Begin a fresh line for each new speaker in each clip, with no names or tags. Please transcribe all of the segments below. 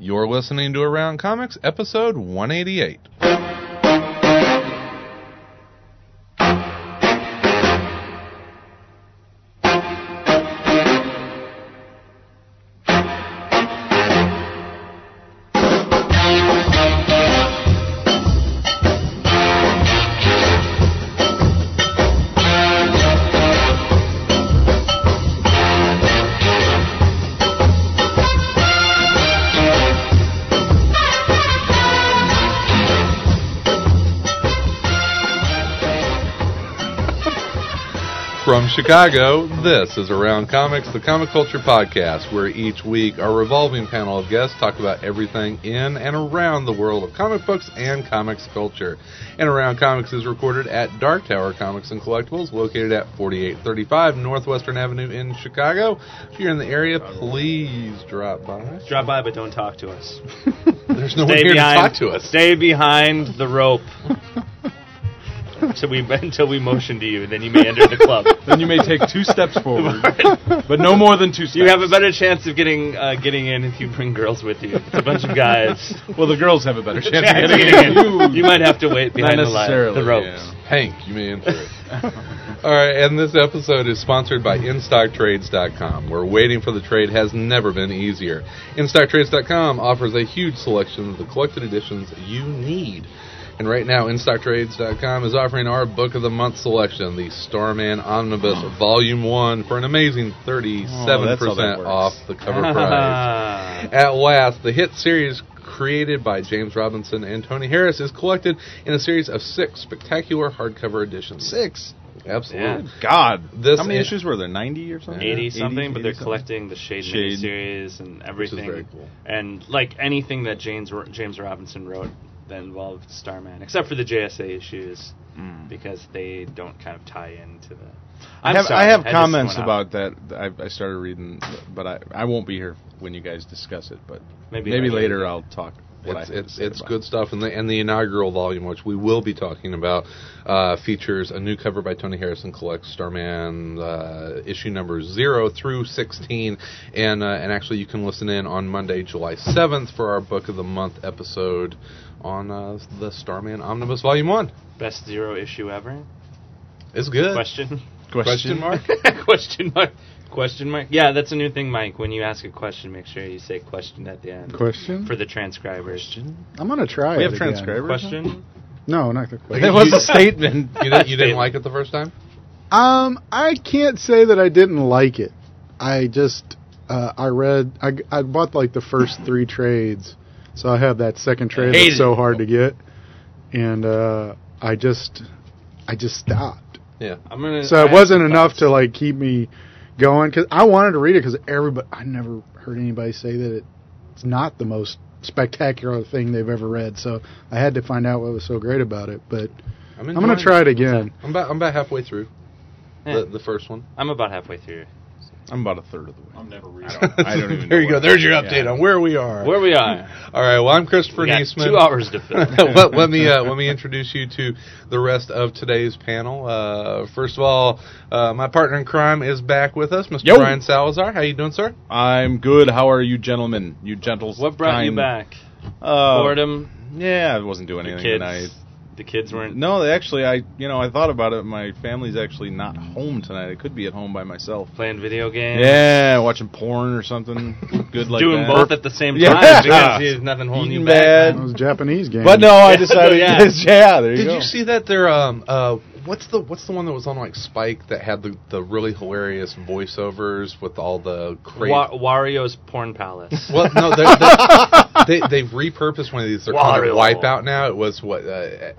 You're listening to Around Comics, episode 188. From Chicago, this is Around Comics, the comic culture podcast, where each week our revolving panel of guests talk about everything in and around the world of comic books and comics culture. And Around Comics is recorded at Dark Tower Comics and Collectibles, located at 4835 Northwestern Avenue in Chicago. If you're in the area, please drop by.
Drop by, but don't talk to us.
There's no one here
behind.
to talk to us.
Stay behind the rope. until we until we motion to you, then you may enter the club.
then you may take two steps forward, but no more than two steps.
You have a better chance of getting uh, getting in if you bring girls with you. If It's a bunch of guys.
Well, the girls have a better chance
Yeah,
of getting
getting
in.
in. You might have to wait behind the line,
necessarily,
the ropes.
Yeah. Hank, you may enter it. All right, and this episode is sponsored by InStockTrades.com, where waiting for the trade has never been easier. InStockTrades.com offers a huge selection of the collected editions you need. And right now, InStockTrades.com is offering our Book of the Month selection, the Starman Omnibus Volume 1, for an amazing 37%
Oh, that's how that
off the cover price. At last, the hit series created by James Robinson and Tony Harris is collected in a series of six spectacular hardcover editions.
Six.
Absolutely.
God.
This
How many
i-
issues were there? 90 or something?
Eighty something, but they're
80 something?
collecting the Shade,
Shade.
series and
Which is
everything.
very cool.
and like anything that James James Robinson wrote that involved Starman, except for the JSA issues
Hmm.
because they don't kind of tie into the.
Mm-hmm. I
I'm
have,
sorry,
I have
just
comments
went
about that. I, I started reading, but I, I won't be here when you guys discuss it. But
off.
maybe, later I'll talk.
It's
What I have to
it's,
say
it's
about
good stuff, and the and the inaugural volume, which we will be talking about, uh, features a new cover by Tony Harrison. Collects Starman uh, issue numbers zero through sixteen, and uh, and actually you can listen in on Monday, July seventh, for our book of the month episode on uh, the Starman Omnibus Volume One.
Best zero issue ever?
It's good.
Question?
it.
Question mark?
question mark? Question mark? Yeah, that's a new thing, Mike. When you ask a question, make sure you say question at the end
Question?
for the transcribers. Question?
I'm gonna try.
We
it
have
again.
transcribers.
Question?
No, not the question.
That was a statement.
You didn't, you didn't like it the first time?
Um, I can't say that I didn't like it. I just uh, I read I, I bought like the first three trades, so I have that second trade
Hated
that's so
it.
hard to get, and uh, I just I just stopped.
Yeah.
I'm
Uh,
gonna.
So it wasn't enough to like keep me going because I wanted to read it because everybody I never heard anybody say that it's not the most spectacular thing they've ever read. So I had to find out what was so great about it, but.
I'm,
I'm gonna
enjoying
try it again.
I'm about, I'm about halfway through
Yeah.
the, the first one.
I'm about halfway through.
I'm about a third of the way. I'm never reading. I don't, I don't even
there
know
you go.
what-
There's your
yeah.
update on where we are.
Where we are?
All right. Well, I'm Christopher
We got
Neesman.
two hours to fill.
let, let me uh, let me introduce you to the rest of today's panel. Uh, first of all, uh, my partner in crime is back with us, Mr.
Yo.
Brian Salazar. How you doing, sir?
I'm good. How are you, gentlemen? You gentles.
What brought you
kind-
back?
Uh,
Boredom.
Yeah, I wasn't doing
The
anything
kids.
tonight.
The kids weren't.
No, they actually, I you know, I thought about it. My family's actually not home tonight. I could be at home by myself.
playing video games.
Yeah, watching porn or something. Good like
doing
that.
both at the same time
Yeah.
because there's nothing holding
Eating
you back.
bad.
Those Japanese games.
But no, I
Yeah,
decided.
yeah.
yeah. there you
Did
go.
you see that there? Um, uh, what's the what's the one that was on like Spike that had the, the really hilarious voiceovers with all the crazy?
Wa- Wario's porn palace.
Well, no, they they, they, they've repurposed one of these. They're called
Wario.
Wipeout now. It was what uh,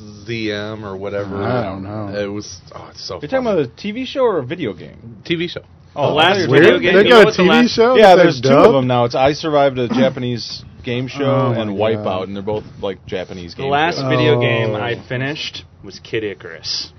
XZM or whatever.
I don't know.
It was. Oh, it's so.
You're talking about a TV show or a video game?
TV show.
Oh,
The last
I thought you were
video
talking-
Weird.
game-
They
you know
got a
what's the
TV
last-
show.
Yeah,
that
there's
they're
two of
dubbed?
them now. It's I Survived a Japanese game show
Oh,
and
my
Wipeout,
God.
and they're both like Japanese
the
games.
last
Oh.
video game I finished was Kid Icarus.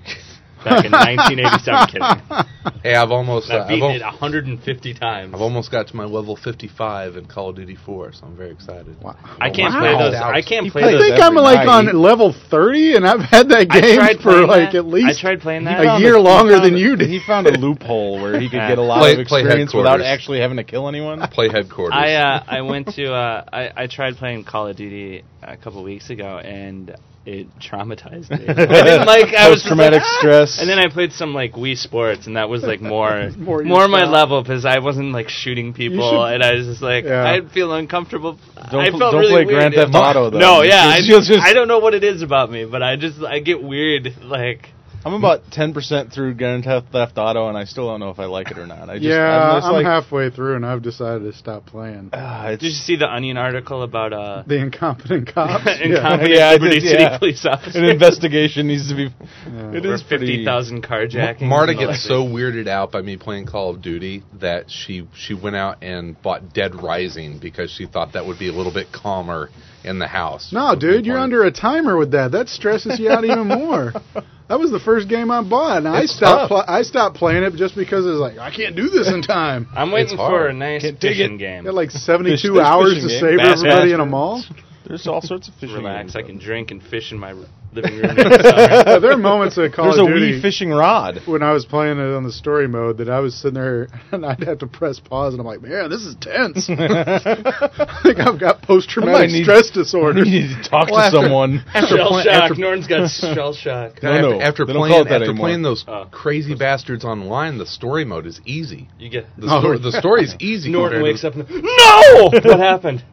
back in 1987. Kidding.
Hey, I've almost uh,
I've
I've,
beaten
al-
it 150 times.
I've almost got to my level 55 in Call of Duty 4, so I'm very excited.
Wow.
I can't
Wow.
play those.
Wow.
I can't
He
play
I
plays
those.
think
every
I'm like
night.
on level 30, and I've had that
I
game
tried
for
playing
like
that.
at least
I tried playing that.
a year longer than you did.
He found a loophole where he could get a lot
Play-
of
play
experience without
headquarters.
actually having to kill anyone.
Play headquarters.
I uh, I went to uh, I I tried playing Call of Duty a couple weeks ago and it traumatized me. I didn't like I was just
Post-traumatic
like, "Ah!"
stress.
And then I played some like Wii Sports and that was like more
More
more,
your
my
style.
level because I wasn't like shooting people
should-
and I was just like
Yeah.
I'd feel uncomfortable.
Don't
I
pl-
felt
don't
really
play
weird.
Grand Theft Auto, though.
No, yeah, I
It's
just,
just- just-
I don't know what it is about me, but I just I get weird like.
I'm about ten percent through Grand Theft Theft Auto, and I still don't know if I like it or not. I just,
yeah,
I'm,
I'm,
just like,
halfway through, and I've decided to stop playing.
ah, it's
Did you see the Onion article about uh
The incompetent cops. yeah.
incompetent
Yeah, I
Liberty
did,
City
yeah.
police officer?
an investigation needs to be.
Yeah.
It
Or
is pretty.
50,000 carjackings.
Marta
and all
gets
that.
so weirded out by me playing Call of Duty that she she went out and bought Dead Rising because she thought that would be a little bit calmer in the house.
No, dude, you're under a timer with that. That stresses you out even more. That was the first game I bought, and I
It's
stopped.
tough.
Pl- I stopped playing it just because it was like I can't do this in time.
I'm waiting for
hard.
a nice
Can't dig
fishing
it.
game.
Got like 72
Fish- fish
hours
fishing
to
game.
save
Bass
everybody in a
Bass.
mall.
There's all sorts of fishing.
Relax. I
games.
can drink and fish in my living room. next summer.
Yeah, there are moments at Call
There's a
of Duty
wee fishing rod.
when I was playing it on the story mode that I was sitting there and I'd have to press pause, and I'm like, man, this is tense. I think I've got post
I might
traumatic
need-
stress
Or
disorder.
you need to talk
Well,
to
after-
someone.
shell
play-
shock.
after-
Norton's got shell shock.
After,
No, no,
after
they don't
playing
call it that
after
anymore.
playing those
Oh.
crazy bastards online, the story mode is easy.
You get.
The,
Oh,
story
yeah.
the story's easy.
Norton
compared to-
wakes up and no. What happened?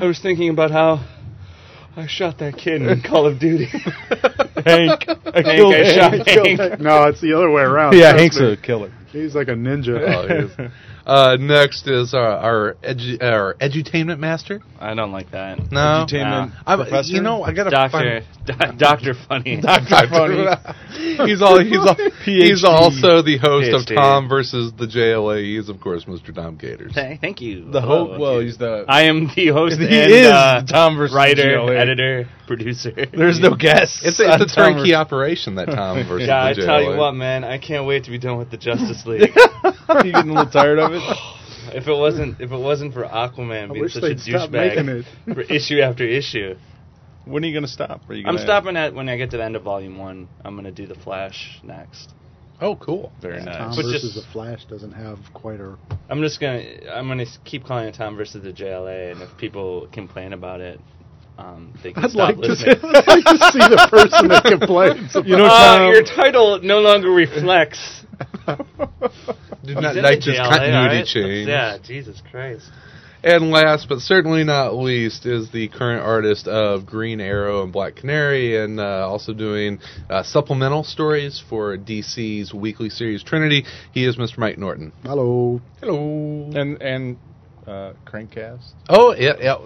I was thinking about how I shot that kid in Call of Duty.
Hank, I
killed I shot
Hank.
Hank.
no, it's the other way around.
Yeah,
trust
Hank's
me.
a killer.
He's like a ninja.
Oh, it is. Uh, next is our our, edu- our edutainment master.
I don't like that.
No,
Edutainment
I,
professor?
you know I got to
Doctor, do- Doctor Funny.
Doctor Funny.
he's all he's all, he's
PhD.
also the host of
PhD.
Tom versus the JLA. He's of course Mr. Dom Gators.
Th- Thank you.
Oh,
The
Hello.
hope. Well, he's the.
I am the host
he
and
is
uh,
Tom versus
writer,
GLA.
editor, producer.
There's no guess.
It's a, it's a turnkey operation that Tom versus
Yeah, I
the JLA.
tell you what, man, I can't wait to be done with the Justice League.
you getting a little tired of it?
if it wasn't, if it wasn't for Aquaman
I
being
wish
such a
they'd stop making
douchebag
it.
for issue after issue,
When are you gonna stop? Are you
I'm
gonna-
stopping at when I get to the end of Volume One. I'm gonna do the Flash next.
Oh, cool.
Very
Tom
nice.
But
versus
just-
the Flash doesn't have quite a.
I'm just gonna, I'm gonna s- keep calling it Tom versus the JLA, and if people complain about it, um, they can
I'd
stop
like, to,
listening.
I'd like to see the person that complains. About
You know,
Uh,
Tom-
your title no longer reflects.
Did
He's
not
in
like
the
this
JLA,
continuity
alright?
change.
Yeah, Jesus Christ.
And last but certainly not least is the current artist of Green Arrow and Black Canary, and uh, also doing uh, supplemental stories for DC's weekly series Trinity. He is Mr. Mike Norton.
hello.
Hello.
and and uh, crankcast.
oh yeah, yeah,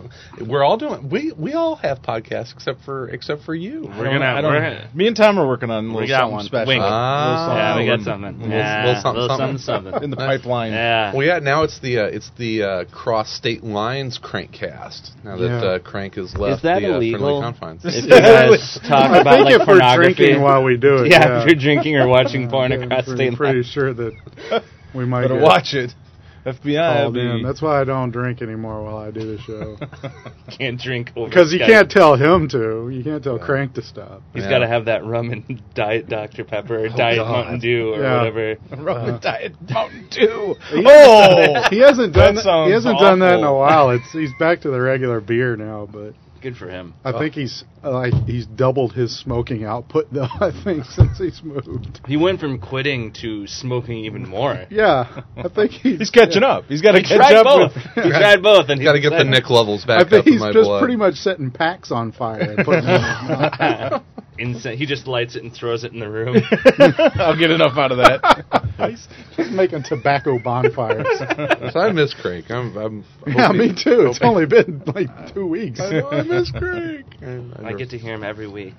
we're all doing. We we all have podcasts except for except for you.
We're
I don't-
gonna-
I don't-
we're gonna-
me and Tom are working on a little
We got
something
one.
special.
Wink.
Ah.
yeah,
Oh.
we got
Something.
something.
Little-
yeah,
little something,
something,
something.
something.
in the pipeline.
Yeah.
Well, yeah. Now it's the uh, it's the uh, cross state lines crankcast. Now that
Yeah.
uh, Crank has left
that
the uh, friendly
illegal?
confines.
if you guys talk
I
about
think
like
if we're
pornography,
drinking while we do it,
yeah,
yeah,
if you're drinking or watching porn
Yeah,
across
Uh, I'm
state
pretty, pretty
lines,
sure that we might
Better
get
watch it.
Oh,
FBI. will
called
be-
in. That's why I don't drink anymore while I do the show
can't drink over
because you
Skype.
can't tell him to. You can't tell Crank to stop.
He's
Yeah.
got to have that rum and diet Dr Pepper or diet
God.
Mountain Dew or
Yeah.
whatever.
Rum
Uh,
and Diet Mountain Dew. Oh,
He hasn't done
That
that he
sounds
hasn't done that in a
awful.
while. It's he's back to the regular beer now, but
Good for him.
Oh.
I think he's uh, like he's doubled his smoking output though. I think since he's moved.
He went from quitting to smoking even more.
Yeah, I think he's,
he's catching up. He's got to
He
catch
tried
up.
both.
With,
He tried both, and he
Got to get the
decided-
Nick levels
I
back
think
up in
he's
my
just
blood.
pretty much setting packs on fire. And putting them on. uh,
Insa- he just lights it and throws it in the room.
I'll get enough out of that.
he's just making tobacco bonfires.
So I miss Crank. I'm. I'm
yeah,
hoping-
me too. It's only been like two weeks.
I know, I miss Crank. And
I
never-
get to hear him every week.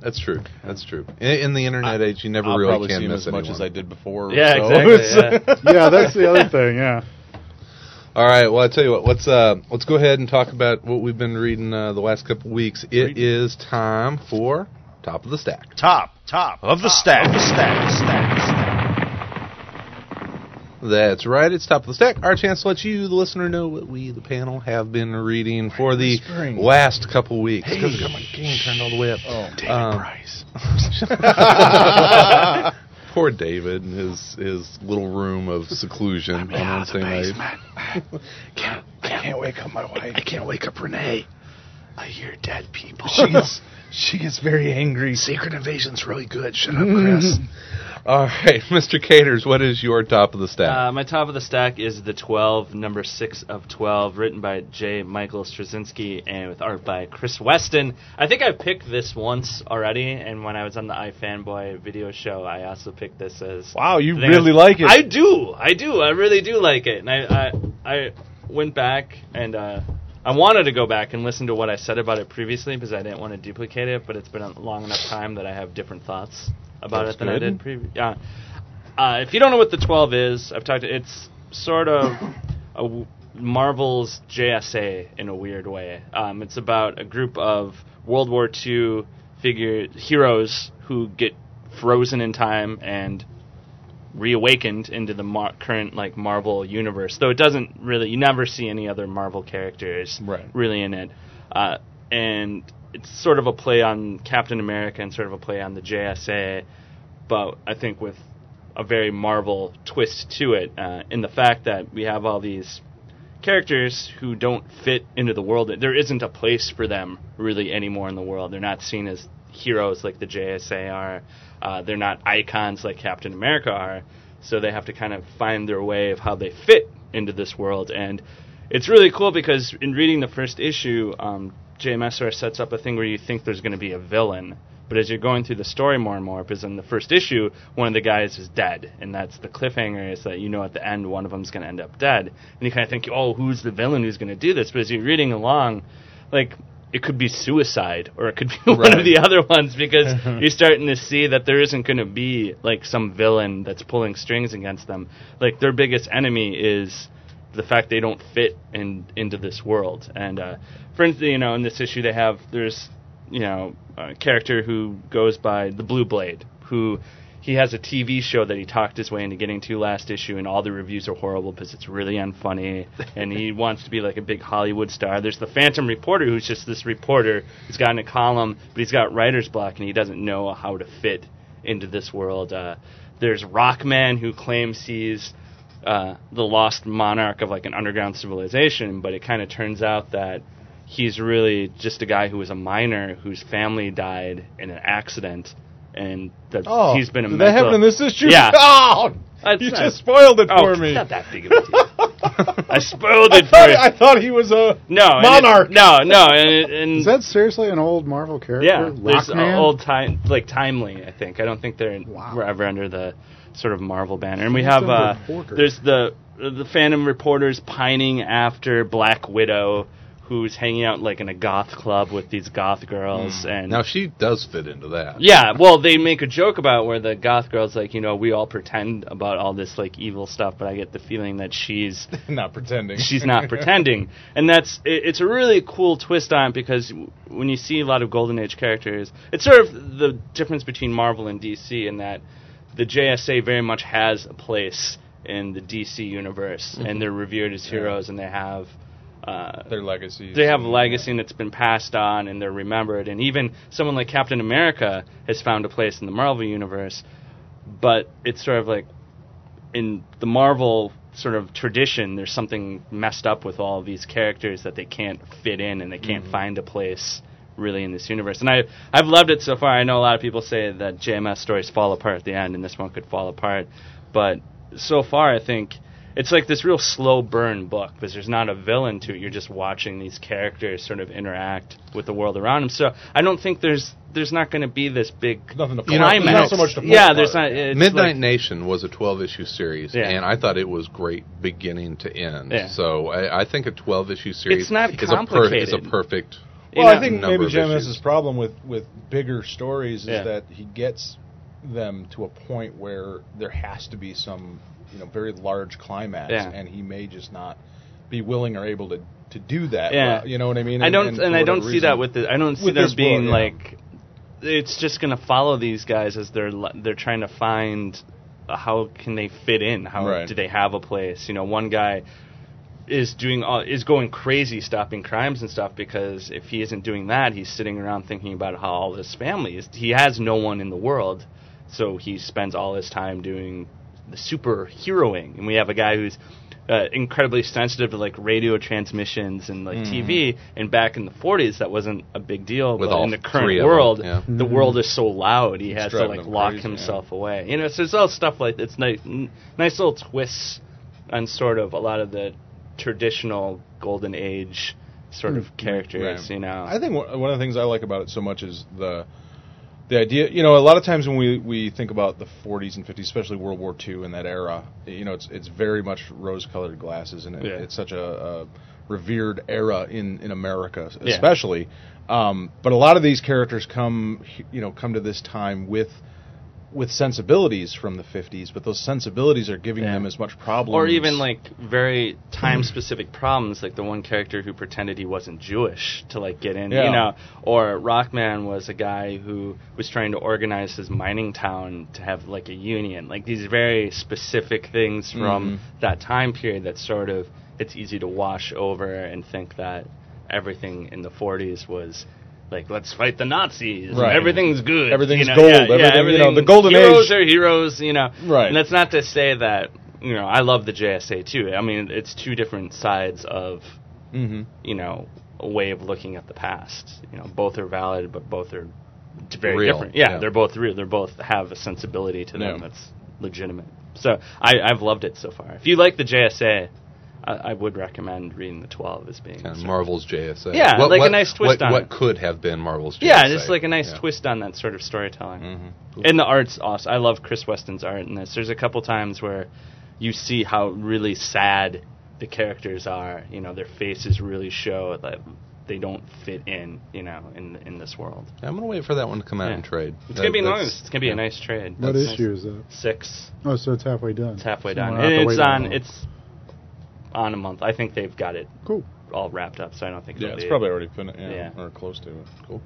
That's true. That's true. In, in the internet age, you never
I'll
really
probably
can
see him
miss
as much
anyone.
as I did before.
Yeah,
so
exactly.
it's-
yeah.
Yeah, that's the other thing. Yeah.
All right. Well, I tell you what. Let's uh, let's go ahead and talk about what we've been reading uh, the last couple weeks. It is time for top of the stack.
Top, top of the stack. the stack, stack, stack.
That's right. It's top of the stack. Our chance to let you, the listener, know what we, the panel, have been reading for the
whispering.
last couple weeks. 'Cause I got my game turned all the way up.
Oh.
Um,
Price.
Poor David and his his little room of seclusion on Wednesday night.
Can't, can't wake up my wife. I can't wake up Renee. I hear dead people.
She gets, she gets very angry.
Secret Invasion's really good. Shut up, Chris.
All right, Mr. Caters, what is your top of the stack?
Uh, my top of the stack is the 12, number 6 of 12, written by J. Michael Straczynski and with art by Chris Weston. I think I picked this once already, and when I was on the iFanboy video show, I also picked this as.
Wow, you
I think
really
I-
like it.
I do. I do. I really do like it. And I, I, I went back and uh, I wanted to go back and listen to what I said about it previously because I didn't want to duplicate it, but it's been a long enough time that I have different thoughts about
That's
it than I
good.
did previously. Yeah. Uh, if you don't know what the 12 is, I've talked. It's sort of a w- Marvel's JSA in a weird way. Um, it's about a group of World War II figure heroes who get frozen in time and reawakened into the mar- current like Marvel universe. Though it doesn't really, you never see any other Marvel characters
Right.
really in it, uh, and it's sort of a play on Captain America and sort of a play on the JSA, but I think with a very Marvel twist to it uh, in the fact that we have all these characters who don't fit into the world. There isn't a place for them really anymore in the world. They're not seen as heroes like the JSA are. Uh, they're not icons like Captain America are. So they have to kind of find their way of how they fit into this world. And it's really cool because in reading the first issue, um, JMSR sets up a thing where you think there's going to be a villain. But as you're going through the story more and more, because in the first issue, one of the guys is dead, and that's the cliffhanger is that you know at the end one of them's going to end up dead, and you kind of think, oh, who's the villain who's going to do this? But as you're reading along, like it could be suicide, or it could be one
Right.
of the other ones, because you're starting to see that there isn't going to be like some villain that's pulling strings against them. Like their biggest enemy is the fact they don't fit in into this world. And uh, for instance, you know, in this issue they have there's you know a character who goes by the Blue Blade, who he has a TV show that he talked his way into getting to last issue, and all the reviews are horrible because it's really unfunny. and he wants to be like a big Hollywood star. There's the Phantom Reporter, who's just this reporter who's gotten a column, but he's got writer's block and he doesn't know how to fit into this world. Uh, there's Rockman, who claims he's uh, the lost monarch of like an underground civilization, but it kind of turns out that he's really just a guy who was a miner whose family died in an accident, and that
Oh,
he's been a
did
mental.
that happen in this issue?
Yeah.
Oh,
That's
you
not-
just spoiled it
Oh,
for
it's
me.
not that big of a deal. I spoiled
I
it for
thought,
you.
I thought he was a
No, and it-
monarch.
No, no, and, it- and
Is that seriously an old Marvel character?
yeah, there's
Rockman?
uh, old time like timely. I think I don't think they're
Wow.
we're ever under the sort of Marvel banner. And we
Phantom
have uh,
Reporter.
there's the the Phantom reporters pining after Black Widow, who's hanging out like in a goth club with these goth girls.
Hmm.
And
now she does fit into that.
Uh, yeah, well, they make a joke about where the goth girls like you know we all pretend about all this like evil stuff, but I get the feeling that she's
Not pretending.
She's not pretending, and that's it, it's a really cool twist on it because w- when you see a lot of Golden Age characters, it's sort of the difference between Marvel and DC in that the JSA very much has a place in the DC universe, and they're revered as heroes, and they have. Uh,
Their legacies.
they have a legacy that's been passed on and they're remembered and even someone like captain america has found a place in the marvel universe but it's sort of like in the marvel sort of tradition there's something messed up with all these characters that they can't fit in and they can't find a place really in this universe and i i've loved it so far i know a lot of people say that jms stories fall apart at the end and this one could fall apart but so far i think it's like this real slow burn book because there's not a villain to it. You're just watching these characters sort of interact with the world around them. So I don't think there's there's not going to be this big
Nothing to
You know,
point-
climax.
Not so much to point
yeah,
apart.
there's not. It's
Midnight
like-
Nation was a 12 issue series,
Yeah.
and I thought it was great beginning to end.
Yeah.
So I, I think a 12 issue series
It's not
is, A per, is
complicated.
a perfect.
you
Well,
know,
I think
number
maybe
of issues.
JMS's problem with with bigger stories is
Yeah.
that he gets them to a point where there has to be some you know very large climax,
Yeah.
and he may just not be willing or able to to do that.
Yeah.
Well, you know what I mean.
I don't, and,
for
I don't
whatever
see that
reason-
with the. I don't see
With
there
this
being
book, yeah.
like it's just going to follow these guys as they're l- they're trying to find uh, how can they fit in? How
Right.
do they have a place? You know, one guy is doing all, is going crazy stopping crimes and stuff because if he isn't doing that, he's sitting around thinking about how all his family is. He has no one in the world, so he spends all his time doing the superheroing. And we have a guy who's uh, incredibly sensitive to like radio transmissions and like TV. And back in the 40s, that wasn't a big deal.
Mm-hmm. With
but
all
in the
three
current
of them,
world,
yeah.
the world is so loud. He has to
driving
like
them
lock
crazy, yeah.
himself away. You know, so it's all stuff like it's nice, n- nice little twists on sort of a lot of the traditional golden age sort of characters.
Right.
You know,
I think one one of the things I like about it so much is the the idea. You know, a lot of times when we, we think about the 40s and 50s, especially World War II and that era, you know, it's it's very much rose-colored glasses, and it,
Yeah.
it's such a, a revered era in in America,
Yeah.
especially. Um, but a lot of these characters come, you know, come to this time with with sensibilities from the 50s, but those sensibilities are giving
Yeah.
them as much problems.
or even like very time specific problems, like the one character who pretended he wasn't Jewish to like get in,
Yeah.
you know. Or Rockman was a guy who was trying to organize his mining town to have like a union, like these very specific things
Mm-hmm.
from that time period that sort of it's easy to wash over and think that everything in the 40s was. Like let's fight the Nazis.
Right.
Everything's good.
Everything's
you know?
gold.
Yeah, yeah,
Everything- you know, the
everything-
golden
heroes
age.
are they're heroes, you know.
Right.
And that's not to say that you know I love the JSA too. I mean, it's two different sides of
hmm
you know a way of looking at the past. You know, both are valid, but both are d- very
Real,
different. Yeah,
yeah.
they're both real. They are both have a sensibility to them
Yeah.
that's legitimate. So I, I've loved it so far. If you like the JSA, I, I would recommend reading the Twelve as being.
Kind of
sort of-
Marvel's JSA.
Yeah, like a
what,
nice twist
what,
on
what
it.
could have been Marvel's JSA.
yeah, just like a nice
Yeah.
twist on that sort of storytelling.
Mhm.
And the art's awesome. I love Chris Weston's art in this. There's a couple times where you see how really sad the characters are. You know, their faces really show that they don't fit in. You know, in in this world.
I'm gonna wait for that one to come out
Yeah.
and trade.
It's gonna be
That-
nice.
that's-
It's gonna be
yeah.
a nice trade.
What
That's
issue
nice.
is that?
Six.
Oh, so it's halfway done.
It's halfway
So I
done.
don't have to
And
wait
it's
that
on.
long.
It's on a month. I think they've got it
cool.
all wrapped up. So I don't think.
Yeah,
it'll
it's
be-
probably already finished, yeah,
Yeah.
or close to it. Cool.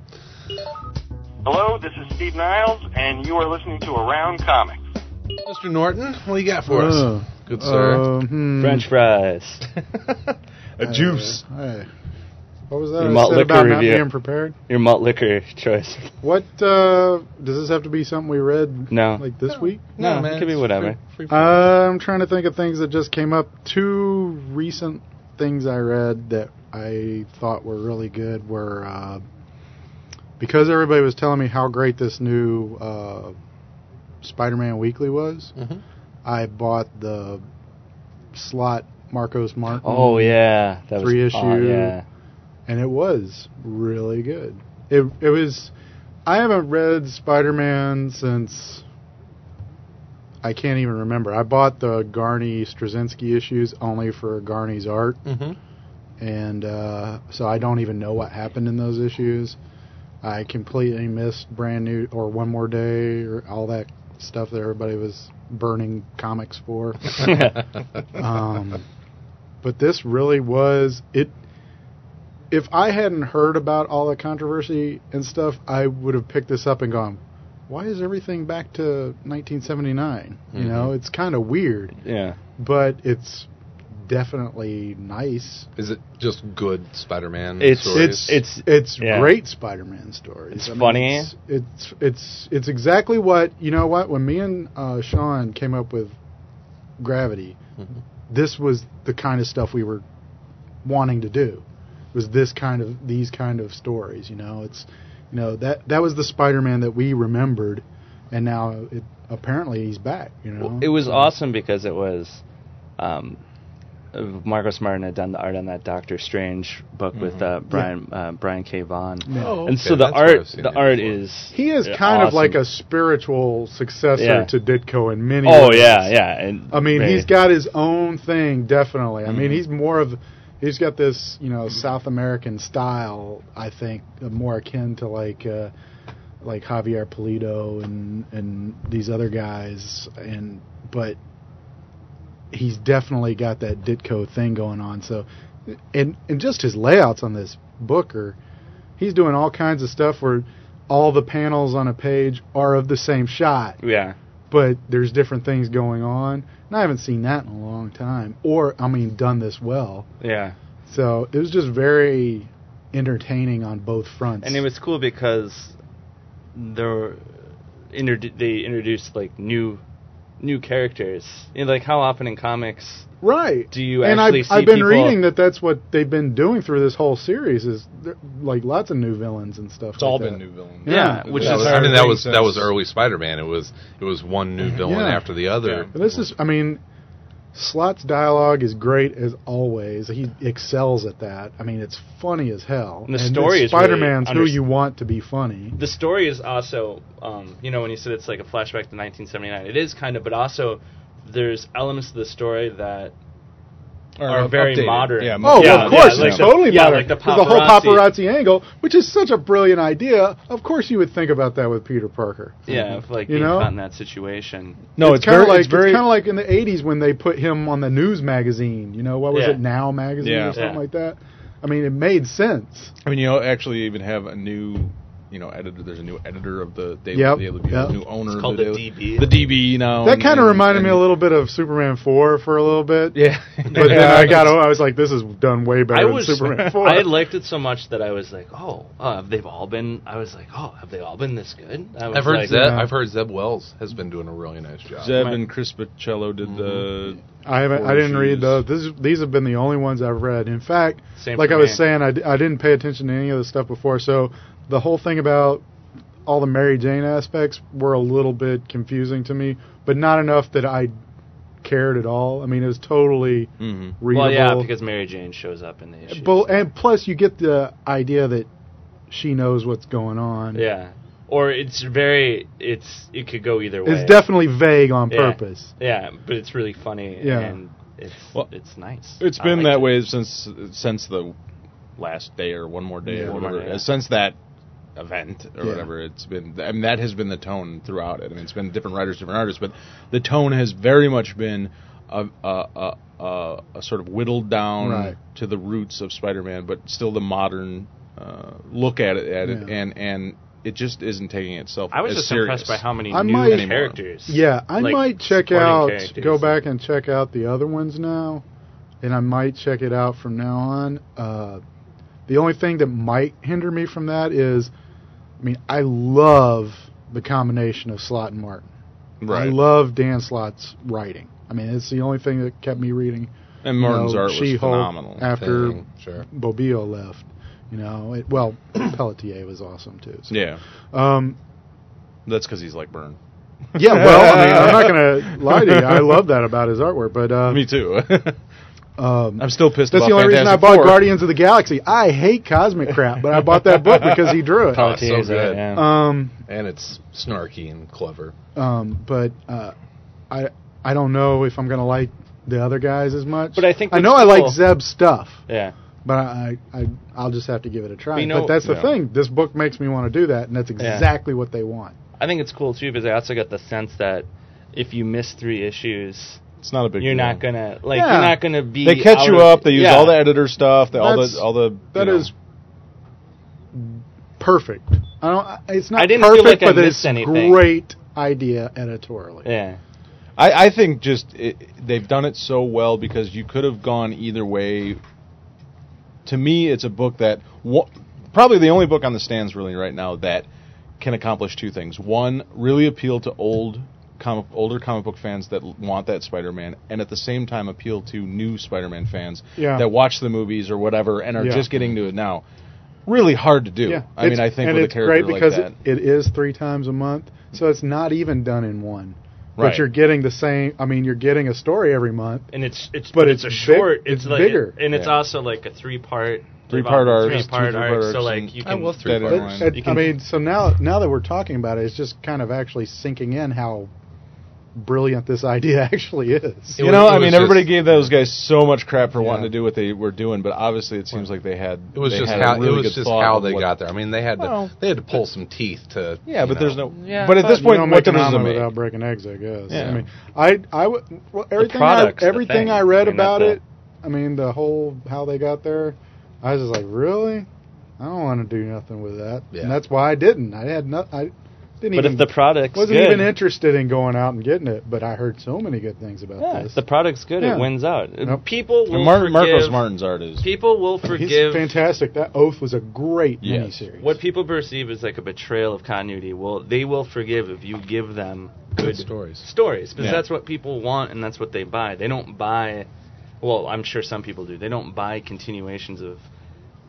Hello, this is Steve Niles, and you are listening to Around Comics.
Mr. Norton, what do you got for us? Good sir.
Uh, hmm.
French fries.
A
Uh,
juice.
hey. What was that?
Your
I
malt
said
liquor
about not
review.
being prepared.
Your malt liquor choice.
What uh, does this have to be? Something we read?
No.
Like this week?
No, it could be
it's
whatever.
free- free-
I'm trying to think of things that just came up. Two recent things I read that I thought were really good were uh, because everybody was telling me how great this new uh, Spider-Man Weekly was.
Mhm.
I bought the slot Marcos Martin.
Oh yeah, that
Three
was aw-
issue.
yeah.
and it was really good. It it was. I haven't read Spider Man since I can't even remember. I bought the Garney Straczynski issues only for Garney's art,
Mhm.
and uh, so I don't even know what happened in those issues. I completely missed brand new or one more day or all that stuff that everybody was burning comics for
mm-hmm.
um, but this really was it. If I hadn't heard about all the controversy and stuff, I would have picked this up and gone, "Why is everything back to 1979?" You know, it's kind of weird,
Yeah.
but it's definitely nice.
Is it just good Spider-Man?
It's
stories?
it's it's
It's
Yeah.
great Spider-Man stories.
It's funny.
It's, it's it's it's exactly what you know. What when me and uh, Sean came up with Gravity,
Mm-hmm.
this was the kind of stuff we were wanting to do. Was this kind of these kind of stories? You know, it's you know that that was the Spider-Man that we remembered, and now it, apparently he's back. You know,
Well, it was awesome because it was um, uh, Marcos Martin had done the art on that Doctor Strange book
Mm-hmm.
with uh, Brian uh, Brian K. Vaughan.
Oh,
And
okay,
so the
that's where I've
art
seen
the
it
art
before.
is
He is
uh,
kind of
awesome.
like a spiritual successor
Yeah.
to Ditko in many.
Oh
ways.
yeah, yeah. And
I mean,
very-
he's got his own thing, definitely. I mean, he's more of, he's got this, you know, South American style. I think uh, more akin to like, uh, like Javier Polito and and these other guys, and but he's definitely got that Ditko thing going on. So, and and just his layouts on this book are, he's doing all kinds of stuff where all the panels on a page are of the same shot,
Yeah.
but there's different things going on. And I haven't seen that in a long time, or I mean, done this well.
Yeah.
So it was just very entertaining on both fronts.
And it was cool because there introdu- they introduced like new new characters. You know, like how often in comics
right.
do you
and I've,
actually see
I've been
people-
reading that that's what they've been doing through this whole series is there- like lots of new villains and stuff.
It's all
like
been
that.
new villains.
Yeah,
Yeah,
which
that
is
was-
I mean that was
since-
that was early Spider-Man. It was it was one new villain
Yeah.
after the other.
And this is, I mean, Slot's dialogue is great as always. He excels at that. I mean, it's funny as hell.
And the story is really
Spider-Man's who
under-
you want to be funny.
the story is also, um, you know, when you said it's like a flashback to 1979, it is kind of, but also there's elements of the story that
Or
are very
updated.
modern.
Yeah,
Oh,
Yeah,
of course,
yeah, like
it's
the-
totally
yeah,
better.
like the
There's a whole
paparazzi.
paparazzi angle, which is such a brilliant idea. Of course, you would think about that with Peter Parker.
Mm-hmm.
Yeah, of like
You
being
know?
caught in that situation.
no, it's,
kind
very,
of like
it's very
kind of like in the '80s when they put him on the news magazine. You know, what was
Yeah.
it, Now magazine
Yeah.
or something
Yeah.
like that? I mean, it made sense.
I mean, you know, actually even have a new, you know, editor. There's a new editor of the Daily,
Yep,
Daily Bugle,
yep.
new owner
It's called
of
the
the, Daily-
DB.
The DB
Oh,
now.
that
and-
kind of
and-
reminded me a
and-
little bit of Superman 4 for a little bit.
Yeah,
But then I got, I was like, this is done way better
I
than
was,
Superman 4.
I liked it so much that I was like, oh, uh, they've all been. I was like, oh, have they all been this good? I was
I've heard
like,
Zeb.
yeah.
I've heard Zeb Wells has been doing a really nice job.
Zeb and Chris Pacello did the.
Mm-hmm.
I haven't, I
Four
didn't read
issues.
those. This, is- these have been the only ones I've read. In fact,
Same
like
for
I was
me.
saying, I, d- I didn't pay attention to any of the stuff before. So the whole thing about all the Mary Jane aspects were a little bit confusing to me, but not enough that I cared at all. I mean, it was totally
Mhm.
readable.
Well, yeah, because Mary Jane shows up in the issue.
But- and plus, you get the idea that she knows what's going on.
yeah, or it's very. It's it could go either way.
It's definitely vague on
Yeah.
purpose.
Yeah, but it's really funny.
Yeah.
and it's
Well,
it's nice.
It's
I
been
liked
that
it.
way since since the last day or one more day
Yeah.
or
One more
whatever.
day, yeah.
Since that event or
Yeah.
whatever, it's been. I mean, that has been the tone throughout it. I mean, it's been different writers, different artists, but the tone has very much been a a, a, a, a sort of whittled down
Right.
to the roots of Spider-Man, but still the modern uh, look at it at it
Yeah.
and and. It just isn't taking itself.
I was
as
just
serious.
impressed by how many
I
new
might-
characters.
Yeah, I
like,
might check
supporting
out,
characters.
go back and check out the other ones now, and I might check it out from now on. Uh, the only thing that might hinder me from that is, I mean, I love the combination of Slot and Martin. I
right.
love Dan Slot's writing. I mean, it's the only thing that kept me reading.
and
you
Martin's
know,
art was
She-Hulk
phenomenal.
After
Thing, sure.
Bobbio left, you know, it, well, Pelletier was awesome too. So.
yeah,
Um,
that's because he's like Byrne.
yeah, well, I mean, I'm not going to lie to you. I love that about his artwork, but uh,
Me too.
um,
I'm still pissed.
that's
about
the only reason I
Fantastic
bought
Four.
Guardians of the Galaxy. I hate cosmic crap, but I bought that book because he drew it.
Oh, it's so good.
Um,
And it's snarky and clever.
um, but uh, I I don't know if I'm going to like the other guys as much.
But I think
I
what's
know I
cool-
like Zeb's stuff,
Yeah.
but I, I I'll just have to give it a try.
You know-
but that's the
Yeah.
thing. This book makes me want to do that, and that's
Yeah.
exactly what they want.
I think it's cool too because I also got the sense that if you miss three issues,
It's not a big.
you're
deal.
not gonna like
Yeah.
you're not gonna be.
They catch
out
you
of-
up. They use
yeah.
all the editor stuff. They, all
That's-
the all the.
That
you know.
is perfect. I don't. I- It's not
I didn't feel
perfect,
like I
but it's
missed anything.
great idea editorially.
Yeah.
I, I think just it, they've done it so well because you could have gone either way. To me, it's a book that wa- probably the only book on the stands really right now that can accomplish two things. One, really appeal to old comic, older comic book fans that l- want that Spider-Man, and at the same time appeal to new Spider-Man fans
Yeah.
that watch the movies or whatever and are
Yeah.
just getting to it now. Really hard to do. I mean,
it's-
I think
and
with a
it's
character
great because
like that.
it- it is three times a month, so it's not even done in one.
Right.
But you're getting the same. I mean, you're getting a story every month.
And it's it's
But
but
it's
it's, a
big-
short.
it's
it's like
bigger.
and it's
Yeah.
also like a three part.
Three-part arcs,
Three part
two
arc.
three-part
So
arcs,
like you
and-
can.
I love
that
three
is-
part
But-
lines.
it-
You
I
can-
mean, so now now that we're talking about it, it's just kind of actually sinking in how brilliant this idea actually is.
It
you
was-
know,
it
I
was
mean, everybody
just-
gave those guys so much crap for
Yeah.
wanting to do what they were doing, but obviously it seems like they had.
It was
they
just
had a
how
really
it was
good
just
thought
how
of
they
what-
got there. I mean, they had to
Well,
they had to pull some teeth to.
Yeah,
you
but there's
know.
no. but at this
you
point,
don't
what
make an
difference does
omelet
it
without
make?
breaking eggs? I guess.
Yeah.
I mean, I I w- well, everything
product's
I,
the
everything
thing.
I read
I mean,
about
that's
it. I mean, the whole how they got there. I was just like, really? I don't want to do nothing with that.
Yeah.
And that's why I didn't. I had no. I didn't
But
even.
if the product's
wasn't
good,
even interested in going out and getting it, but I heard so many good things about
yeah, if
this.
the product's good,
Yeah.
it wins out.
Nope.
People will
And Mar-
forgive.
Marcos Martin's art is.
People will
He's
forgive
fantastic. That Oath was a great
Yes.
miniseries.
what people perceive as like a betrayal of continuity. Well, they will forgive if you give them good,
Good stories.
Stories, because
Yeah.
that's what people want and that's what they buy. They don't buy. Well, I'm sure some people do. They don't buy continuations of,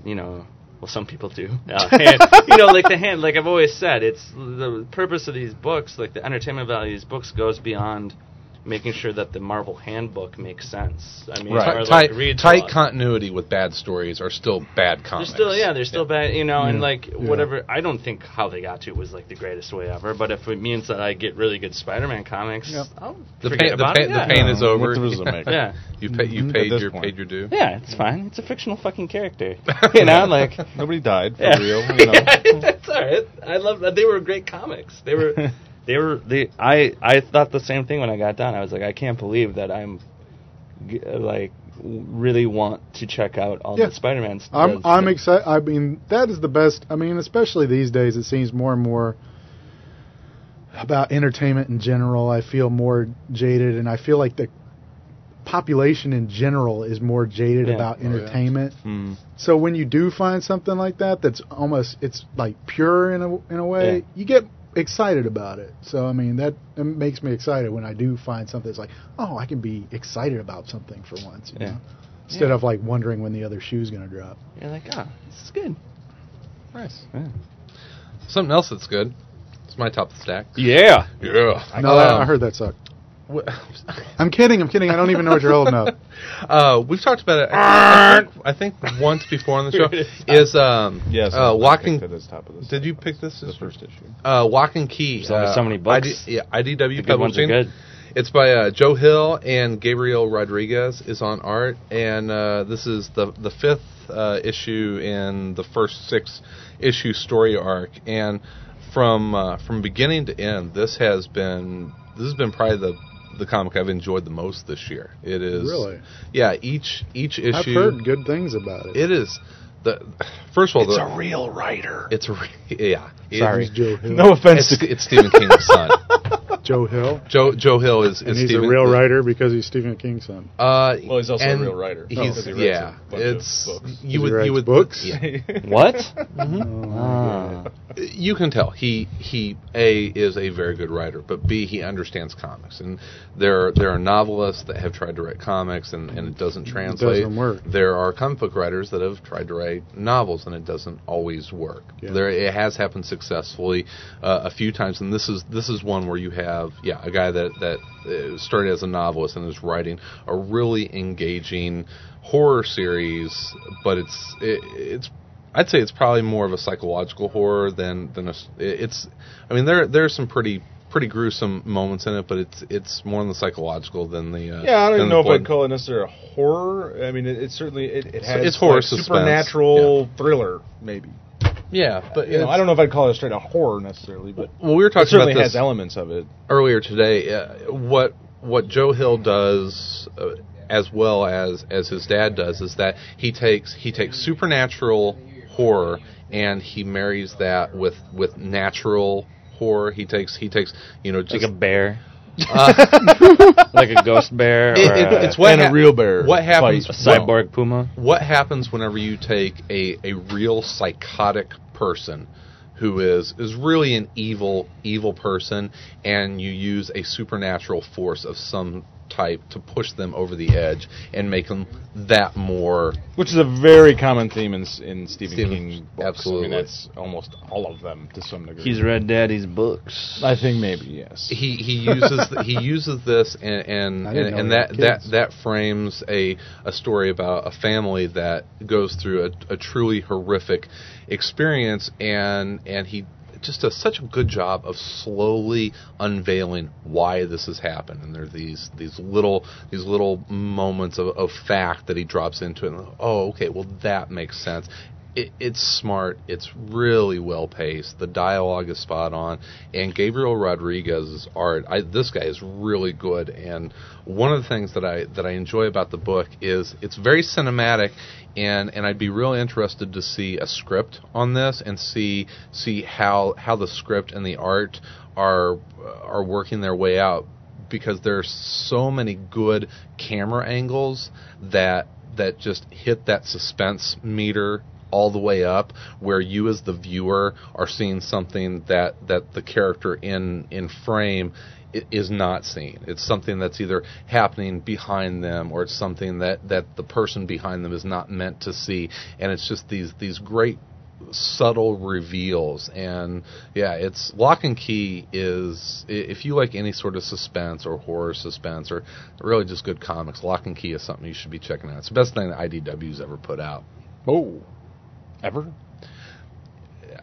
you know. Well, some people do. Uh, hand- you know, like the hand. Like I've always said, it's the purpose of these books. Like the entertainment value of these books goes beyond making sure that the Marvel Handbook makes sense. I mean, as far
Right.
as, like,
Tight,
reads a
tight
lot.
continuity with bad stories are still bad
They're
comics.
still, yeah, they're still bad, you know, and
Yeah.
like
Yeah.
whatever. I don't think how they got to it was like the greatest way ever, but if it means that I get really good Spider-Man comics,
Yep.
I'll
The
forget
pain, the
about
pain,
it. Yeah.
the pain is
No,
over.
what difference does it make?
yeah.
you pay, you paid
Mhm.
Mm-hmm. At this
your
point.
paid your due.
Yeah, it's fine. It's a fictional fucking character, you know. Like,
Nobody died for
yeah.
real. You know.
Yeah, that's all right. I love that. They were great comics. They were, they were. They. I. I thought the same thing when I got done. I was like, I can't believe that I'm, g- like, w- really want to check out all
Yeah.
the Spider-Man stuff.
I'm I'm excited. I mean, that is the best. I mean, especially these days, it seems more and more about entertainment in general. I feel more jaded, and I feel like the population in general is more jaded
Yeah.
about
yeah.
entertainment.
Hmm.
So when you do find something like that, that's almost it's like pure in a in a way.
Yeah.
You get excited about it. So I mean, that it makes me excited when I do find something. that's like, oh, I can be excited about something for once. You
Yeah.
know? Instead of like wondering when the other shoe's going to drop.
You're like, ah, this is good.
Nice.
Yeah.
Something else that's good. It's my top of the stack.
Yeah.
Yeah.
no, that, I heard that sucked.
heard.
I'm kidding. I'm kidding. I don't even know what you're holding up.
Uh, we've talked about it. I think, I think once before on the show is um
Yes.
uh,
I
walking.
picked it as top of this.
Did you pick this?
the first issue?
Uh, Walking Key.
There's only
uh,
so many books.
ID, yeah, IDW
The good ones are
Publishing.
good.
It's by uh, Joe Hill and Gabriel Rodriguez is on art, and uh, this is the the fifth uh, issue in the first six issue story arc. And from uh, from beginning to end, this has been this has been probably the the comic I've enjoyed the most this year. It is
Really?
yeah. Each each issue
I've heard good things about it.
it is the first of all
It's
the,
a real writer.
it's a re- yeah It
Sorry,
is-
Joe Hill.
No offense
It's,
to
it's Stephen King's son.
Joe Hill.
Joe Joe Hill is, is
And he's
Stephen,
a real writer because he's Stephen King's son.
Uh,
Well, he's also a
and
real writer.
He's,
Because he writes a
yeah,
bunch of
it's
books.
Oh. He
you would
writes
you would
books?
yeah.
What?
Mm-hmm.
Oh, my
Ah.
you can tell he he a is a very good writer, but b he understands comics, and there there are novelists that have tried to write comics and, and it doesn't translate.
work.
There are comic book writers that have tried to write novels and it doesn't always work.
Yeah.
There it has happened successfully uh, a few times, and this is this is one where you have yeah a guy that that uh, started as a novelist and is writing a really engaging horror series, but it's it, it's I'd say it's probably more of a psychological horror than than a, s- it- it's. I mean, there there are some pretty pretty gruesome moments in it, but it's it's more on the psychological than the. Uh,
Yeah, I don't
than
even know
the
if I'd
blood.
call it necessarily a horror. I mean, it, it certainly it, it has
it's horror
like
suspense,
supernatural thriller maybe.
Yeah, but
You know, I don't know if I'd call it straight a horror necessarily, but
Well, we were
it
talking
certainly
about this
has elements of it.
earlier today. Uh, what what Joe Hill does, uh, as well as as his dad does, is that he takes he takes supernatural horror and he marries that with with natural horror. He takes he takes you know just
Like a bear.
uh,
like a ghost bear or
It- it-
a,
it's what
and a
hap-
real bear
What happens?
a
fight.
well,
cyborg puma.
what happens whenever you take a, a real psychotic person who is is really an evil evil person and you use a supernatural force of some type to push them over the edge and make them that more
Which is a very common theme in, s- in Stephen,
Stephen-
King books.
absolutely.
I mean, that's almost all of them to some degree.
He's read Daddy's books.
I think maybe yes.
he he uses th- he uses this and and,
I didn't
and,
know
and
we had
that that
kids.
that frames a a story about a family that goes through a, a truly horrific experience and and he just does such a good job of slowly unveiling why this has happened and there are these these little these little moments of, of fact that he drops into it and oh okay well that makes sense it, it's smart. It's really well paced. The dialogue is spot on, and Gabriel Rodriguez's art. I, this guy is really good. And one of the things that I that I enjoy about the book is it's very cinematic, and and I'd be real interested to see a script on this and see see how how the script and the art are are working their way out because there's so many good camera angles that that just hit that suspense meter all the way up where you as the viewer are seeing something that that the character in in frame i- is not seeing it's something that's either happening behind them or it's something that that the person behind them is not meant to see and it's just these these great subtle reveals and yeah it's lock and key is i- if you like any sort of suspense or horror suspense or really just good comics lock and key is something you should be checking out it's the best thing that idw's ever put out
Oh, ever?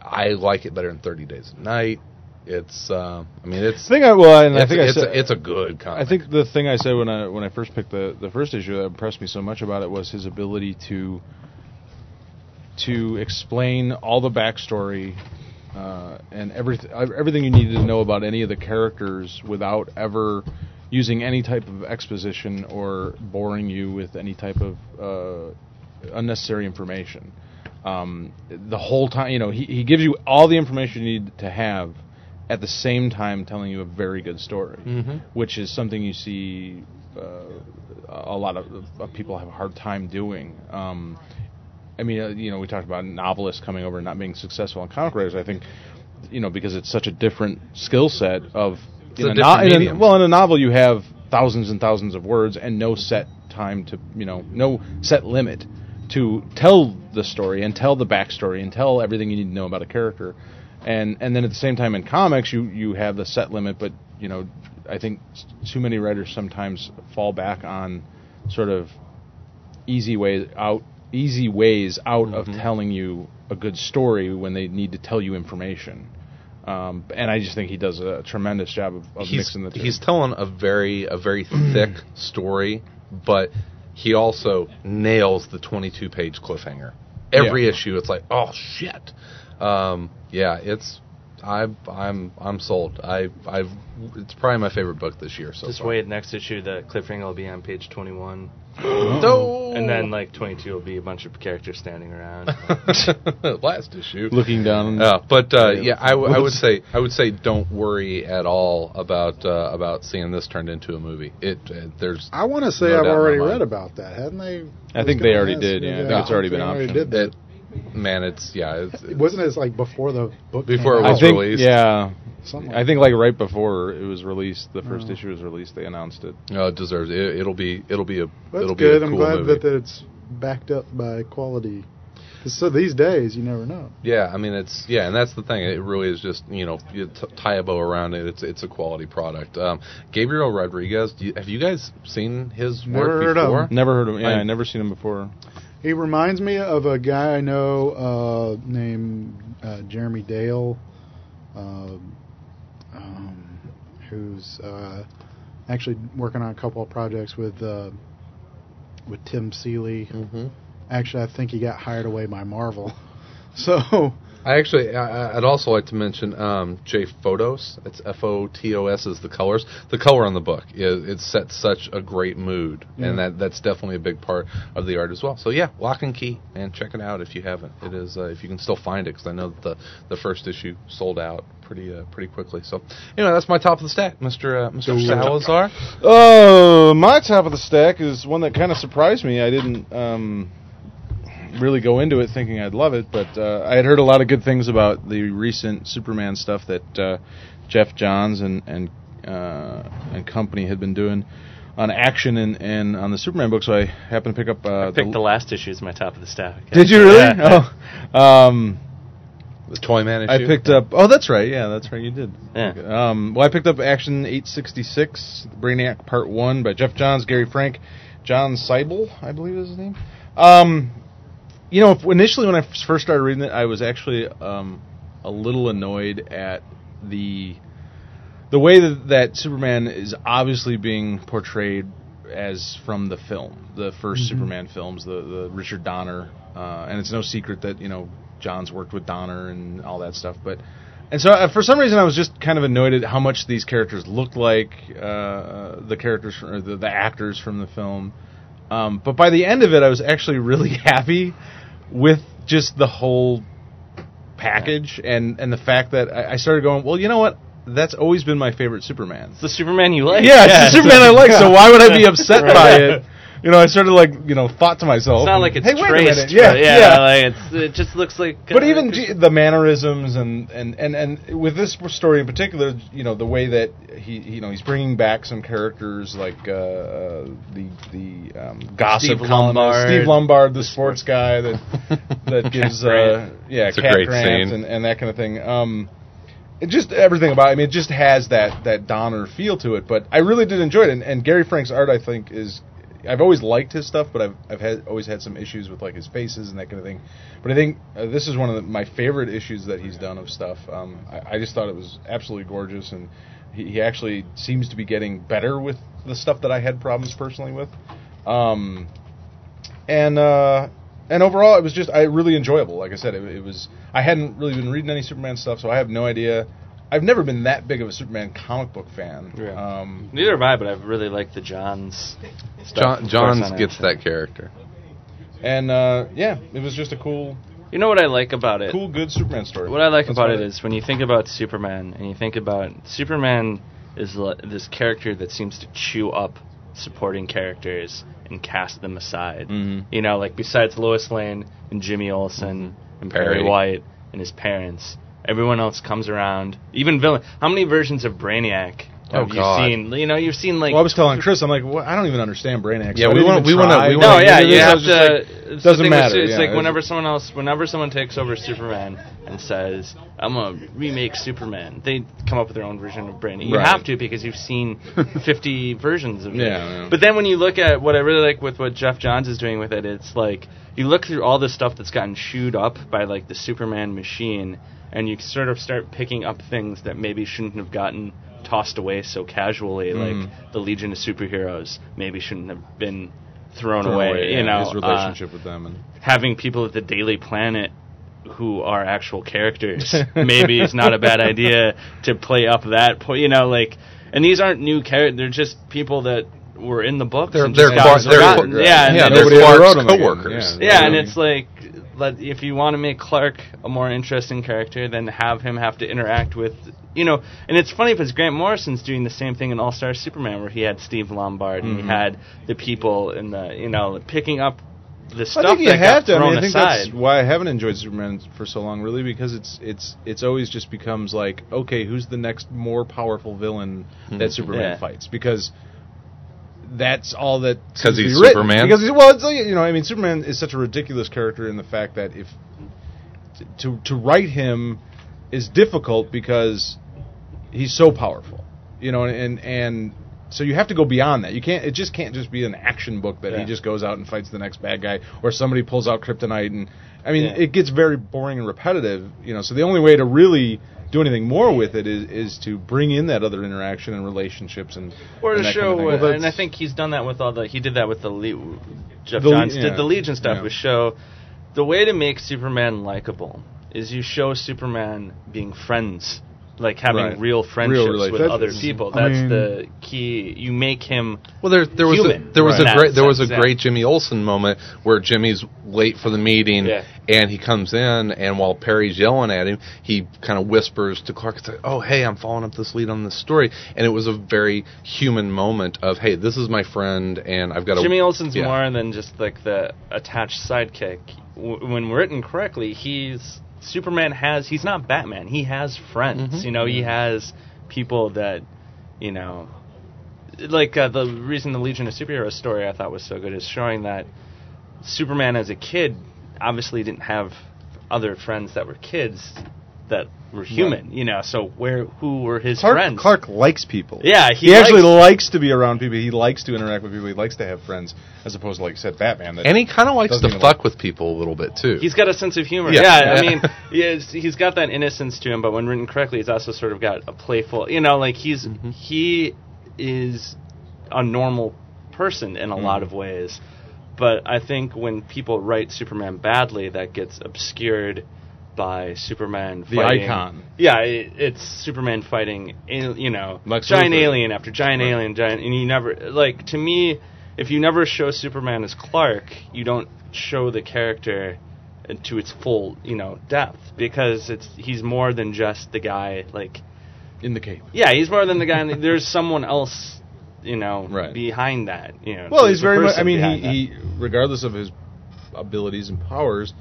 i like it better than 30 days a night it's uh, i mean
I
it's
think I well, and
it's,
I think
it's,
I said,
a, it's a good comic
I think the thing I said when I when I first picked the the first issue that impressed me so much about it was his ability to to explain all the backstory uh, and everything everything you needed to know about any of the characters without ever using any type of exposition or boring you with any type of uh, unnecessary information. Um, the whole time, you know, he, he gives you all the information you need to have at the same time telling you a very good story
Mhm.
which is something you see uh, a lot of, of people have a hard time doing. Um, I mean, uh, you know, we talked about novelists coming over and not being successful in comic writers. I think, you know, because it's such a different skill set of
It's a different
in
medium.
well, in a novel you have thousands and thousands of words and no set time to you know no set limit to tell the story and tell the backstory and tell everything you need to know about a character. And and then at the same time in comics you you have the set limit, but you know I think s- too many writers sometimes fall back on sort of easy ways out easy ways out of
Mm-hmm.
telling you a good story when they need to tell you information. Um, and I just think he does a tremendous job of, of
he's,
mixing the two. Mm.
he's telling a very a very thick story, but he also nails the 22 page cliffhanger. Every
Yeah.
issue, it's like, oh shit. Um, yeah, it's I I'm I'm sold. I I've it's probably my favorite book this year so
Just
far.
wait. Next issue, the cliffhanger will be on page 21,
No.
and then like 22 will be a bunch of characters standing around.
Uh,
last issue.
looking down.
Uh, but uh, yeah, I, w- I would
Whoops.
say I would say don't worry at all about uh, about seeing this turned into a movie. It uh, there's
I want to say
No doubt
I've
in my
already
mind.
read about that, hadn't they?
I think they already did, yeah. I think it's already been
optioned.
optioned.
it, man, it's yeah, it's,
It wasn't as like before the book
Before
came
it
out.
was
I think,
released.
Yeah,
Something
I
like
think like right before it was released, the first
Oh.
issue was released. They announced it.
No, oh, it deserves it. It'll be it'll be a
That's
it'll
good.
be a
I'm
cool
glad
movie.
that that it's backed up by quality. 'Cause So these days, you never know.
yeah, I mean it's yeah, and that's the thing. It really is just you know you t- tie a bow around it. It's it's a quality product. Um, Gabriel Rodriguez, do you, have you guys seen his
Never
work
heard of
before?
him.
Never heard of him. Yeah,
I-
I, never seen him before.
He reminds me of a guy I know uh, named uh, Jeremy Dale, um, um, who's uh, actually working on a couple of projects with uh, with Tim Seeley.
Mm-hmm.
Actually, I think he got hired away by Marvel. So
I actually, I, I- I'd also like to mention um, J Photos. It's F O T O S is the colors. The color on the book is it sets such a great mood,
Mm.
and that that's definitely a big part of the art as well. So yeah, Lock and Key, and check it out if you haven't. It is uh, if you can still find it because I know that the the first issue sold out pretty uh, pretty quickly. So anyway, that's my top of the stack, Mister uh, Mister Salazar.
Oh, my top of the stack is one that kind of surprised me. I didn't um, really go into it thinking I'd love it, but uh, I had heard a lot of good things about the recent Superman stuff that uh, Jeff Johns and and uh, and company had been doing on action and, and on the Superman book. So I happened to pick up. Uh,
I picked the last issue as my top of the stack.
did you really?
Yeah.
Oh, um,
The Toy Man issue.
I picked up. Oh, that's right. Yeah, that's right. You did.
Yeah.
Um, well, I picked up Action 866, Brainiac Part 1 by Jeff Johns, Gary Frank, John Seibel, I believe is his name. Um, you know, if- initially when I f- first started reading it, I was actually um, a little annoyed at the the way that, that Superman is obviously being portrayed as from the film, the 1st Superman films, the, the Richard Donner uh, and it's no secret that you know John's worked with Donner and all that stuff. But and so uh, for some reason I was just kind of annoyed at how much these characters looked like uh, the characters fr- or the, the actors from the film. Um, but by the end of it, I was actually really happy with just the whole package and and the fact that I, I started going, well, you know what? That's always been my favorite Superman.
It's the Superman you like.
Yeah, it's the Superman I like. So why would I be upset
Right.
by it? You know, I sort of like you know thought to myself.
It's not like it's
hey, wait a minute."
traced.
Yeah,
but
yeah.
Like it's, it just looks like.
but
uh,
even g- the mannerisms and, and, and, and with this story in particular, you know the way that he you know he's bringing back some characters like uh, uh, the the um,
Steve
gossip columnist,
Lombard.
Steve Lombard, the sports guy that that gives uh,
Grant.
yeah
It's a
Cat
great
Grant
scene.
and, and that kind of thing. Um, it just everything about it, I mean, it just has that that Donner feel to it. But I really did enjoy it, and, and Gary Frank's art, I think, is I've always liked his stuff, but I've I've had always had some issues with like his faces and that kind of thing. But I think uh, this is one of the, my favorite issues that he's done of stuff. Um, I, I just thought it was absolutely gorgeous, and he, he actually seems to be getting better with the stuff that I had problems personally with. Um, and uh, and overall, it was just I really enjoyable. Like I said, it, it was I hadn't really been reading any Superman stuff, so I have no idea. I've never been that big of a Superman comic book fan.
Yeah.
Um,
Neither have I, but I really like the Johns. stuff,
John,
of course,
Johns
on it.
gets that character.
and uh, yeah, it was just a cool,
You know what I like about it?
cool, good Superman story.
What I like
That's
about
what
it is when you think about Superman and you think about Superman is li- this character that seems to chew up supporting characters and cast them aside.
Mm.
Mhm.
You know, like besides Lois Lane and Jimmy Olsen and Perry.
Mm-hmm. Perry.
White and his parents, everyone else comes around. Even villain. How many versions of Brainiac
Oh,
have
God.
you seen? You know, you've seen like.
Well, I was telling Chris, I'm like, well, I don't even understand brain X.
Yeah,
I
we
didn't
wanna-
even
we wanna-
try.
we
no,
wanna-
yeah, you
I
have
was just
to.
like,
it's the
doesn't
thing with
matter,
Su- It's
yeah,
like
it's-
whenever someone else, whenever someone takes over Superman and says, "I'm gonna remake Superman," they come up with their own version of Brainy. You
Right.
have to because you've seen 50 versions of it.
Yeah, yeah.
But then when you look at what I really like with what Jeff Johns is doing with it, it's like you look through all the stuff that's gotten chewed up by like the Superman machine, and you sort of start picking up things that maybe shouldn't have gotten tossed away so casually,
Mhm.
like the Legion of Superheroes maybe shouldn't have been thrown,
thrown
away,
away,
You
yeah,
know,
his
uh,
relationship with them, and
having people at the Daily Planet who are actual characters maybe it's not a bad idea to play up that point. You know, like, and these aren't new characters; they're just people that were in the books.
They're
and
they're,
just
Clark-
got
they're,
forgotten.
Clark-
yeah, and
yeah,
they
they're
just-
nobody ever wrote
Clark's
them again.
coworkers.
Yeah.
yeah, and
Yeah.
it's like, let, if you want to make Clark a more interesting character, then have him have to interact with, you know. And it's funny because Grant Morrison's doing the same thing in All Star Superman, where he had Steve Lombard and he
Mm-hmm.
had the people in the, you know, picking up the stuff
I think you
that got
have to. I
thrown
mean, I think
aside.
that's why I haven't enjoyed Superman for so long, really, because it's it's it's always just becomes like, okay, who's the next more powerful villain that Superman
Hmm. Yeah.
fights? Because that's all that
'Cause
seems to
he's
be written.
Superman?
Because he's- well, it's like, you know, I mean, Superman is such a ridiculous character in the fact that if to to write him is difficult because he's so powerful, you know, and and so you have to go beyond that. You can't. It just can't just be an action book that he
Yeah.
just goes out and fights the next bad guy, or somebody pulls out kryptonite, and I mean,
Yeah.
it gets very boring and repetitive, you know. So the only way to really do anything more with it is is to bring in that other interaction and relationships and
Or to
and that kind
show,
of thing.
uh, and I think he's done that with all the. He did that with the Le- Jeff
The-
Johns
yeah,
did the Legion stuff.
yeah.
Was show the way to make Superman likable is you show Superman being friends, like having
Right.
real friendships with
relationships.
other
That's-
people.
I
That's
mean-
the key. You make him.
Well, there there was a,
Human.
there was
Right.
a great there was a
That's- that's-
great Jimmy Olsen moment where Jimmy's late for the meeting
Yeah.
and he comes in and while Perry's yelling at him, he kind of whispers to Clark, it's like, "Oh, hey, I'm following up this lead on this story," and it was a very human moment of, "Hey, this is my friend, and I've got a
Jimmy Olsen's
yeah.
more than just like the attached sidekick. W- when written correctly, he's Superman has he's not Batman. He has friends.
Mm-hmm.
Mhm.
You know, he has people that you know, like uh, the reason the Legion of Superheroes story I thought was so good is showing that Superman as a kid obviously didn't have other friends that were kids that were human. You know, so where who were his
Clark,
friends?
Clark likes people.
Yeah,
he,
he
actually
likes-
likes to be around people. He likes to interact with people. He likes to have friends, as opposed to like you said, Batman. That
and he kind of likes
Doesn't
to
even
fuck with people a little bit too."
He's got a sense of humor.
Yeah.
Yeah,
Yeah.
I mean, yes, he's got that innocence to him, but when written correctly, he's also sort of got a playful. You know, like he's he is a normal person in a lot of ways, But I think when people write Superman badly, that gets obscured by Superman
The
fighting.
icon.
Yeah, it, it's Superman fighting, al- you know,
Lex
giant
Luthor.
alien after giant alien, giant, and you never like to me. If you never show Superman as Clark, you don't show the character to its full, you know, depth because it's he's more than just the guy like
in the cape.
yeah, he's more than the guy. in the- There's someone else, you know,
Right.
behind that. You know,
Well,
there's
he's
a
very much. I
person
mean,
behind that.
he, he regardless of his abilities and powers,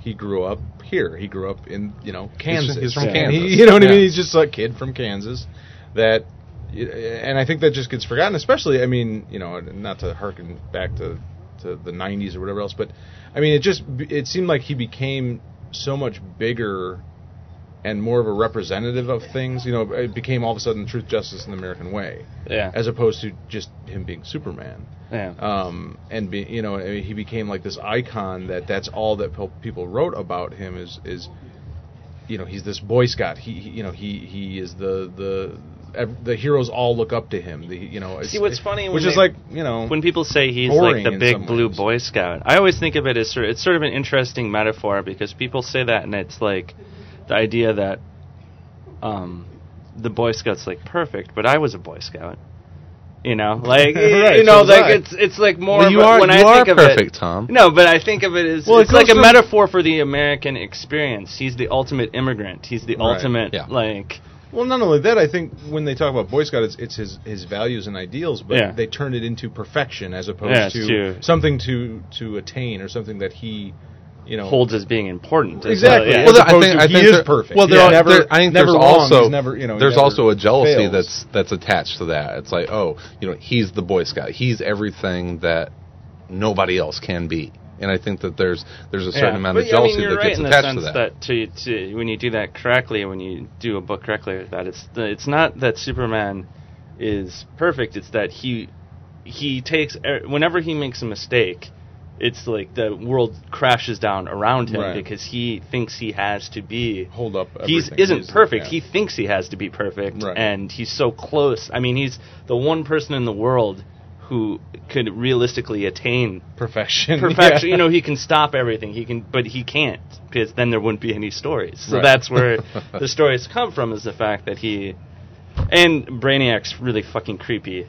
he grew up here. He grew up in you know Kansas.
he's from
Yeah.
Kansas.
He- you know what I
Yeah.
mean? He's just a kid from Kansas that. And I think that just gets forgotten, especially. I mean, you know, not to harken back to, to the '90s or whatever else, but I mean, it just it seemed like he became so much bigger and more of a representative of things. You know, it became all of a sudden truth, justice, and the American way,
yeah,
as opposed to just him being Superman
yeah,
um, and be, you know I mean, he became like this icon that that's all that pe- people wrote about him is is you know he's this Boy Scout he, he you know he he is the the ev- the heroes all look up to him the you know it's-
See, what's funny when
which is
they-
like you know
when people say he's
boring
like the
in
big
some
blue
ways.
Boy Scout, I always think of it as sort it's sort of an interesting metaphor because people say that, and it's like the idea that um, the Boy Scout's like perfect, but I was a Boy Scout. You know, like
Right,
you know,
so was
like
I.
it's it's like more.
well,
of
you
a-
are
when
you
I
are
think of it,
perfect, Tom.
No, but I think of it as
Well, it
it's like
goes
a
to-
metaphor for the American experience. He's the ultimate immigrant. He's the
Right,
ultimate
yeah.
like
well not only that I think when they talk about Boy Scout it's, it's his his values and ideals but
Yeah.
they turn it into perfection as opposed
Yes,
to
too.
something to to attain or something that he you know
holds as being important. As
Exactly.
Well, yeah.
Well,
Well,
as
I
opposed
think,
to
I
he
think
is
there-
perfect.
Well, there
He's
are,
never-
there- I think
never
there's
wrong.
also
He's never, you know, he
there's
never
also a jealousy
fails.
that's that's attached to that. It's like, oh, you know, he's the Boy Scout. He's everything that nobody else can be. And I think that there's there's a certain amount of
But, I mean,
jealousy
you're
that
right
gets
in the
attached to
sense
that.
to, to when you do that correctly, when you do a book correctly, that it's it's not that Superman is perfect. It's that he he takes er, whenever he makes a mistake, it's like the world crashes down around him
Right.
because he thinks he has to be
hold up
He's
everything.
isn't
He's-
perfect.
yeah.
He thinks he has to be perfect,
Right.
and he's so close. I mean, he's the one person in the world who could realistically attain
perfection
perfection.
Yeah.
You know, he can stop everything. He can, but he can't because then there wouldn't be any stories. So
Right.
that's where the stories come from is the fact that he and Brainiac's really fucking creepy.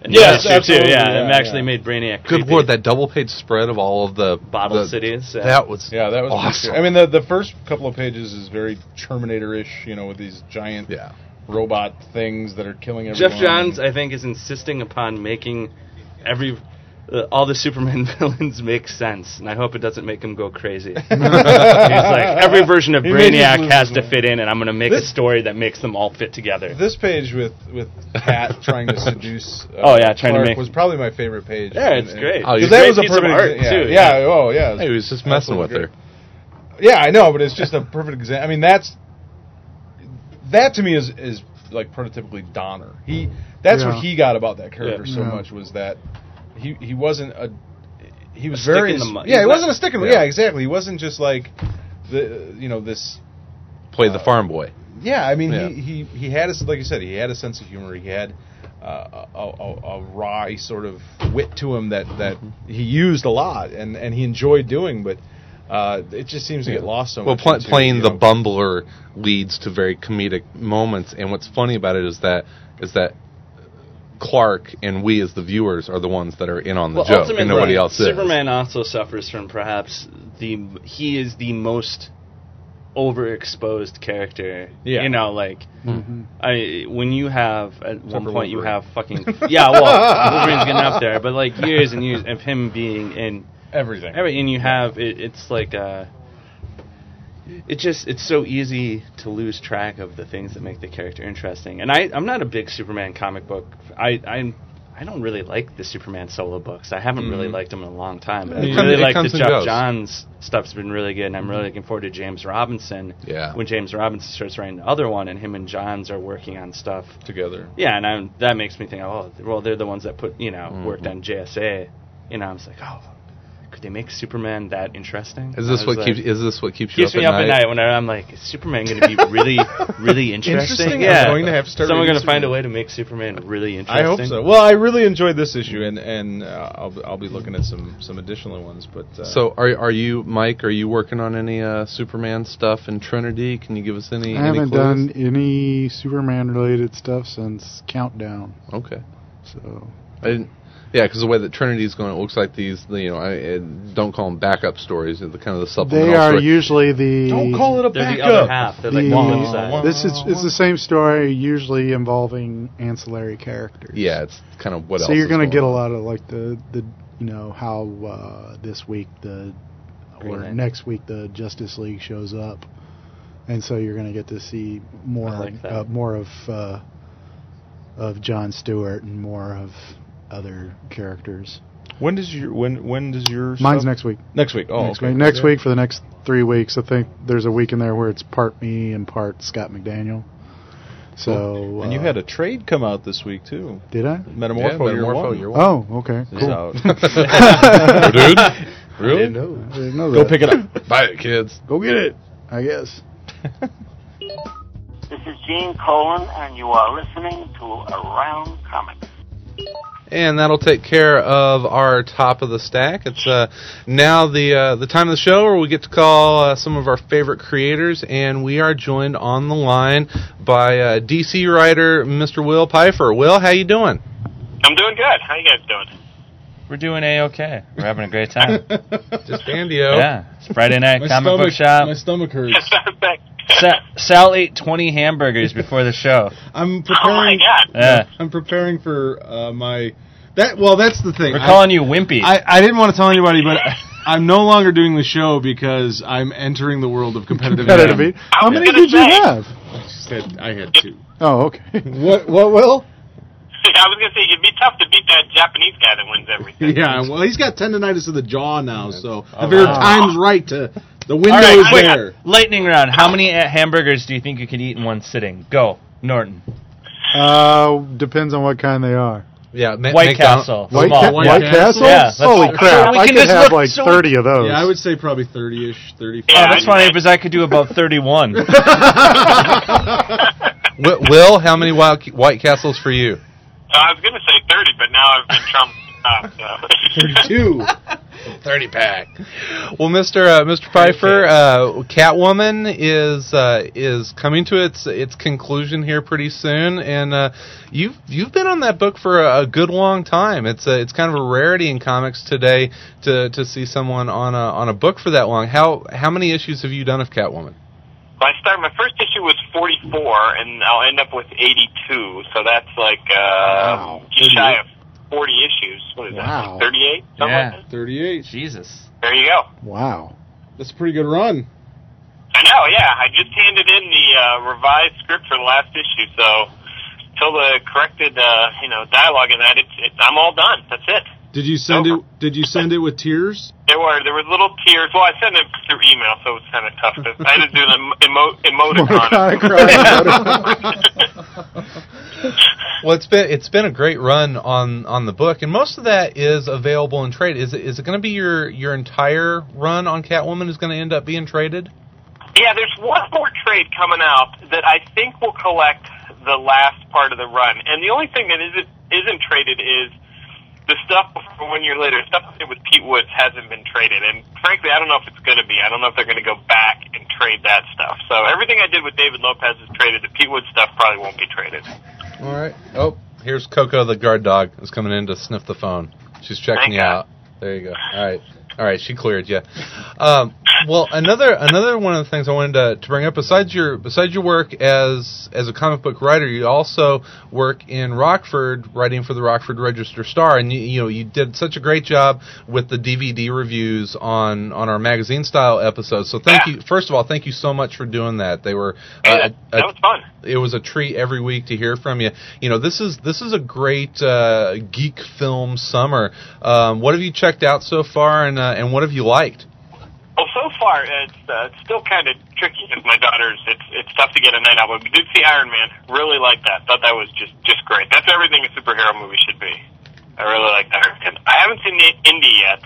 And
Yes,
that issue
absolutely,
Yeah,
yeah,
it actually
yeah.
made Brainiac.
Good
creepy.
lord, that double page spread of all of the
Bottle
the-
cities, yeah.
That was
Yeah, that was pretty
awesome.
scary. I mean, the the first couple of pages is very Terminator-ish, you know, with these giant
yeah,
robot things that are killing everyone.
Jeff Johns, I think, is insisting upon making every uh, all the Superman villains make sense, and I hope it doesn't make him go crazy. He's like every version of
He may just
Brainiac
lose
has
his
to
mind.
fit in, and I'm going to make a
This-
story that makes them all fit together.
This page with with Kat trying to seduce. Uh,
Oh, yeah, trying to
Clark
make-
was probably my favorite page.
Yeah, it's great.
Oh,
Because
It's a
that
great
was a
piece of
perfect
art,
exa- yeah,
too,
Yeah, Oh yeah. it was
he was just messing
absolutely
with
great.
her.
Yeah, I know, but it's just a perfect example. I mean, that's that to me is is like prototypically Donner. He that's
Yeah.
what he got about that character
Yeah.
so
Yeah.
much was that he he wasn't a he was
stick
very
in the mud.
yeah
He's
he
not-
wasn't a stick in the yeah exactly he wasn't just like the you know this
Played the farm boy.
yeah, I mean,
Yeah.
He, he he had a, like you said, he had a sense of humor. He had uh, a, a, a wry sort of wit to him that, that
Mm-hmm.
he used a lot and, and he enjoyed doing, but uh, it just seems to get lost so
well,
much.
pl-
into,
playing
you
the
know,
bumbler leads to very comedic moments, and what's funny about it is that is that Clark and we as the viewers are the ones that are in on the
Well,
joke,
ultimately,
and nobody else is.
Superman also suffers from perhaps the he is the most overexposed character.
Yeah.
You know, like
Mm-hmm.
I when you have at one
for
point you
Wolverine.
have fucking yeah, well, Wolverine's getting up there, but like years and years of him being in
everything.
every and you have it, it's like uh it just it's so easy to lose track of the things that make the character interesting. And I I'm not a big Superman comic book. I I'm I don't really like the Superman solo books. I haven't really
Mhm.
liked them in a long time. But I
Mm-hmm. It
really
comes- it
like the
comes and
Jeff
goes.
Johns stuff's been really good, and I'm really looking forward to James Robinson.
Yeah.
When James Robinson starts writing the other one, and him and Johns are working on stuff
together.
yeah, and I'm, that
Mm-hmm.
makes me think, oh, well, they're the ones that put, you know, worked on JSA. You know, I'm just like, oh, could they make Superman that interesting?
Is this
I was
what
like-
keeps is this what keeps you
keeps
up,
me
at,
up
night?
at night when I- I'm like, is Superman going to be really, really interesting?
Interesting? I'm
Yeah,
going to have to start
Someone
reading
going to find a
Superman.
way to make Superman really
I
interesting.
hope so. Well, I really enjoyed this issue, and and uh, I'll I'll be looking at some some additional ones. But uh,
So are are you Mike? Are you working on any uh, Superman stuff in Trinity? Can you give us any?
I
any clues?
haven't done any Superman related stuff since Countdown.
Okay.
So
I didn't. Yeah, because the way that Trinity's going, it looks like these. You know, I, I don't call them backup stories. They're the kind of the supplemental.
they are
story.
usually the.
don't call it a
They're
backup.
the other half. They're like
The-
the uh, one side.
Wah, wah.
This is it's the same story, usually involving ancillary characters.
Yeah, it's kind of what else.
so you're
is going
gonna get a lot of like the the you know how uh, this week the
Green
or
Lantern.
next week the Justice League shows up, and so you're gonna get to see more
I like that.
uh, more of uh, of John Stewart and more of other characters.
When does your when when does your
Mine's
stuff-
next week.
next week? Oh,
next
okay.
week. Next
Yeah.
week for the next three weeks. I think there's a week in there where it's part me and part Scott McDaniel. So
Cool. and you
uh,
had a trade come out this week too.
did I?
Metamorpho,
Yeah,
year
Metamorpho
one
Year One.
Oh, okay.
is
cool.
out.
Oh, dude, really?
I didn't know
Go
that.
pick it up.
Buy it, kids.
Go get it. I guess.
This is Gene Colan, and you are listening to Around Comics.
And that'll take care of our top of the stack. It's uh, now the uh, the time of the show where we get to call uh, some of our favorite creators, and we are joined on the line by uh, DC writer Mr. Will Pfeiffer. Will, how you doing?
I'm doing good. How you guys doing?
We're doing a okay. We're having a great time.
Just Andio.
yeah, it's Friday night
My
comic
stomach,
book shop.
My stomach hurts.
Oh Sa- Sal ate twenty hamburgers before the show.
I'm
oh my
preparing.
god.
Yeah,
I'm preparing for uh, my. That well, that's the thing.
we're
I-
calling you wimpy.
I, I didn't want to tell anybody, but I'm no longer doing the show because I'm entering the world of competitive.
Competitive
eating.
eat. How
was
many
gonna
did you
say.
have?
Said I had two.
Oh, okay.
what what will?
I was gonna say it'd be tough to beat that Japanese guy that wins everything.
Yeah, well, he's got tendonitis of the jaw now, so
Oh,
I figured time's right to the window
All right,
is
quick,
there.
lightning round. How many uh, hamburgers do you think you could eat in one sitting? Go, Norton.
Uh, depends on what kind they are.
Yeah, Ma-
White
McDonald-
Castle.
White,
small.
Ca-
White
Oh,
White
Castle?
Castle.
Yeah, that's-
Holy crap!
so we
I
can
could
just
have
look-
like
so we-
thirty of those.
Yeah, I would say probably thirty-ish,
Oh,
thirty-five.
that's funny because I could do about thirty-one.
Wi- Will, how many Wild- White Castles for you?
Uh, I was gonna say 30, but now I've been trumped. up, so.
Two.
Thirty pack. Well, Mister uh, Mister Pfeiffer, uh, Catwoman is uh, is coming to its its conclusion here pretty soon, and uh, you've you've been on that book for a, a good long time. It's a, it's kind of a rarity in comics today to to see someone on a on a book for that long. How how many issues have you done of Catwoman?
Well, I start my first issue was 44, and I'll end up with 82. So that's like uh,
Wow.
just shy of 40 issues. What is
Wow.
that? 38. Something
Yeah.
Like that?
Thirty-eight.
Jesus.
There you go.
Wow.
That's a pretty good run.
I know. Yeah, I just handed in the uh, revised script for the last issue. So till the corrected, uh, you know, dialogue in that, it's, it's I'm all done. That's it.
Did you send
Over.
it? Did you send it with tears?
There were there were little tears. Well, I sent it through email, so it was kind of tough. To, I had to do an emo-
Monochromatic
emoticon.
Well, it's been it's been a great run on on the book, and most of that is available in trade. Is it is it going to be your your entire run on Catwoman is going to end up being traded?
Yeah, there's one more trade coming out that I think will collect the last part of the run. And the only thing that isn't isn't traded is the stuff before one year later. Stuff I did with Pete Woods hasn't been traded, and frankly, I don't know if it's going to be. I don't know if they're going to go back and trade that stuff. So everything I did with David Lopez is traded. The Pete Woods stuff probably won't be traded.
All right. Oh, here's Coco the guard dog is coming in to sniff the phone. She's checking you out. There you go. All right. All right, she cleared you. Um, well, another another one of the things I wanted to, to bring up besides your besides your work as as a comic book writer, you also work in Rockford, writing for the Rockford Register Star, and you, you know you did such a great job with the DVD reviews on on our magazine style episodes. So thank
Yeah.
you first of all, thank you so much for doing that. They were
Hey,
uh,
that,
a-
that was fun.
it was a treat every week to hear from you. You know, this is this is a great uh, geek film summer. Um, what have you checked out so far, and uh, and what have you liked?
Well, so far it's, uh, it's still kind of tricky because my daughter's. It's it's tough to get a night out, but we did see Iron Man. Really liked that. Thought that was just just great. That's everything a superhero movie should be. I really liked Iron Man. I haven't seen the Indie yet,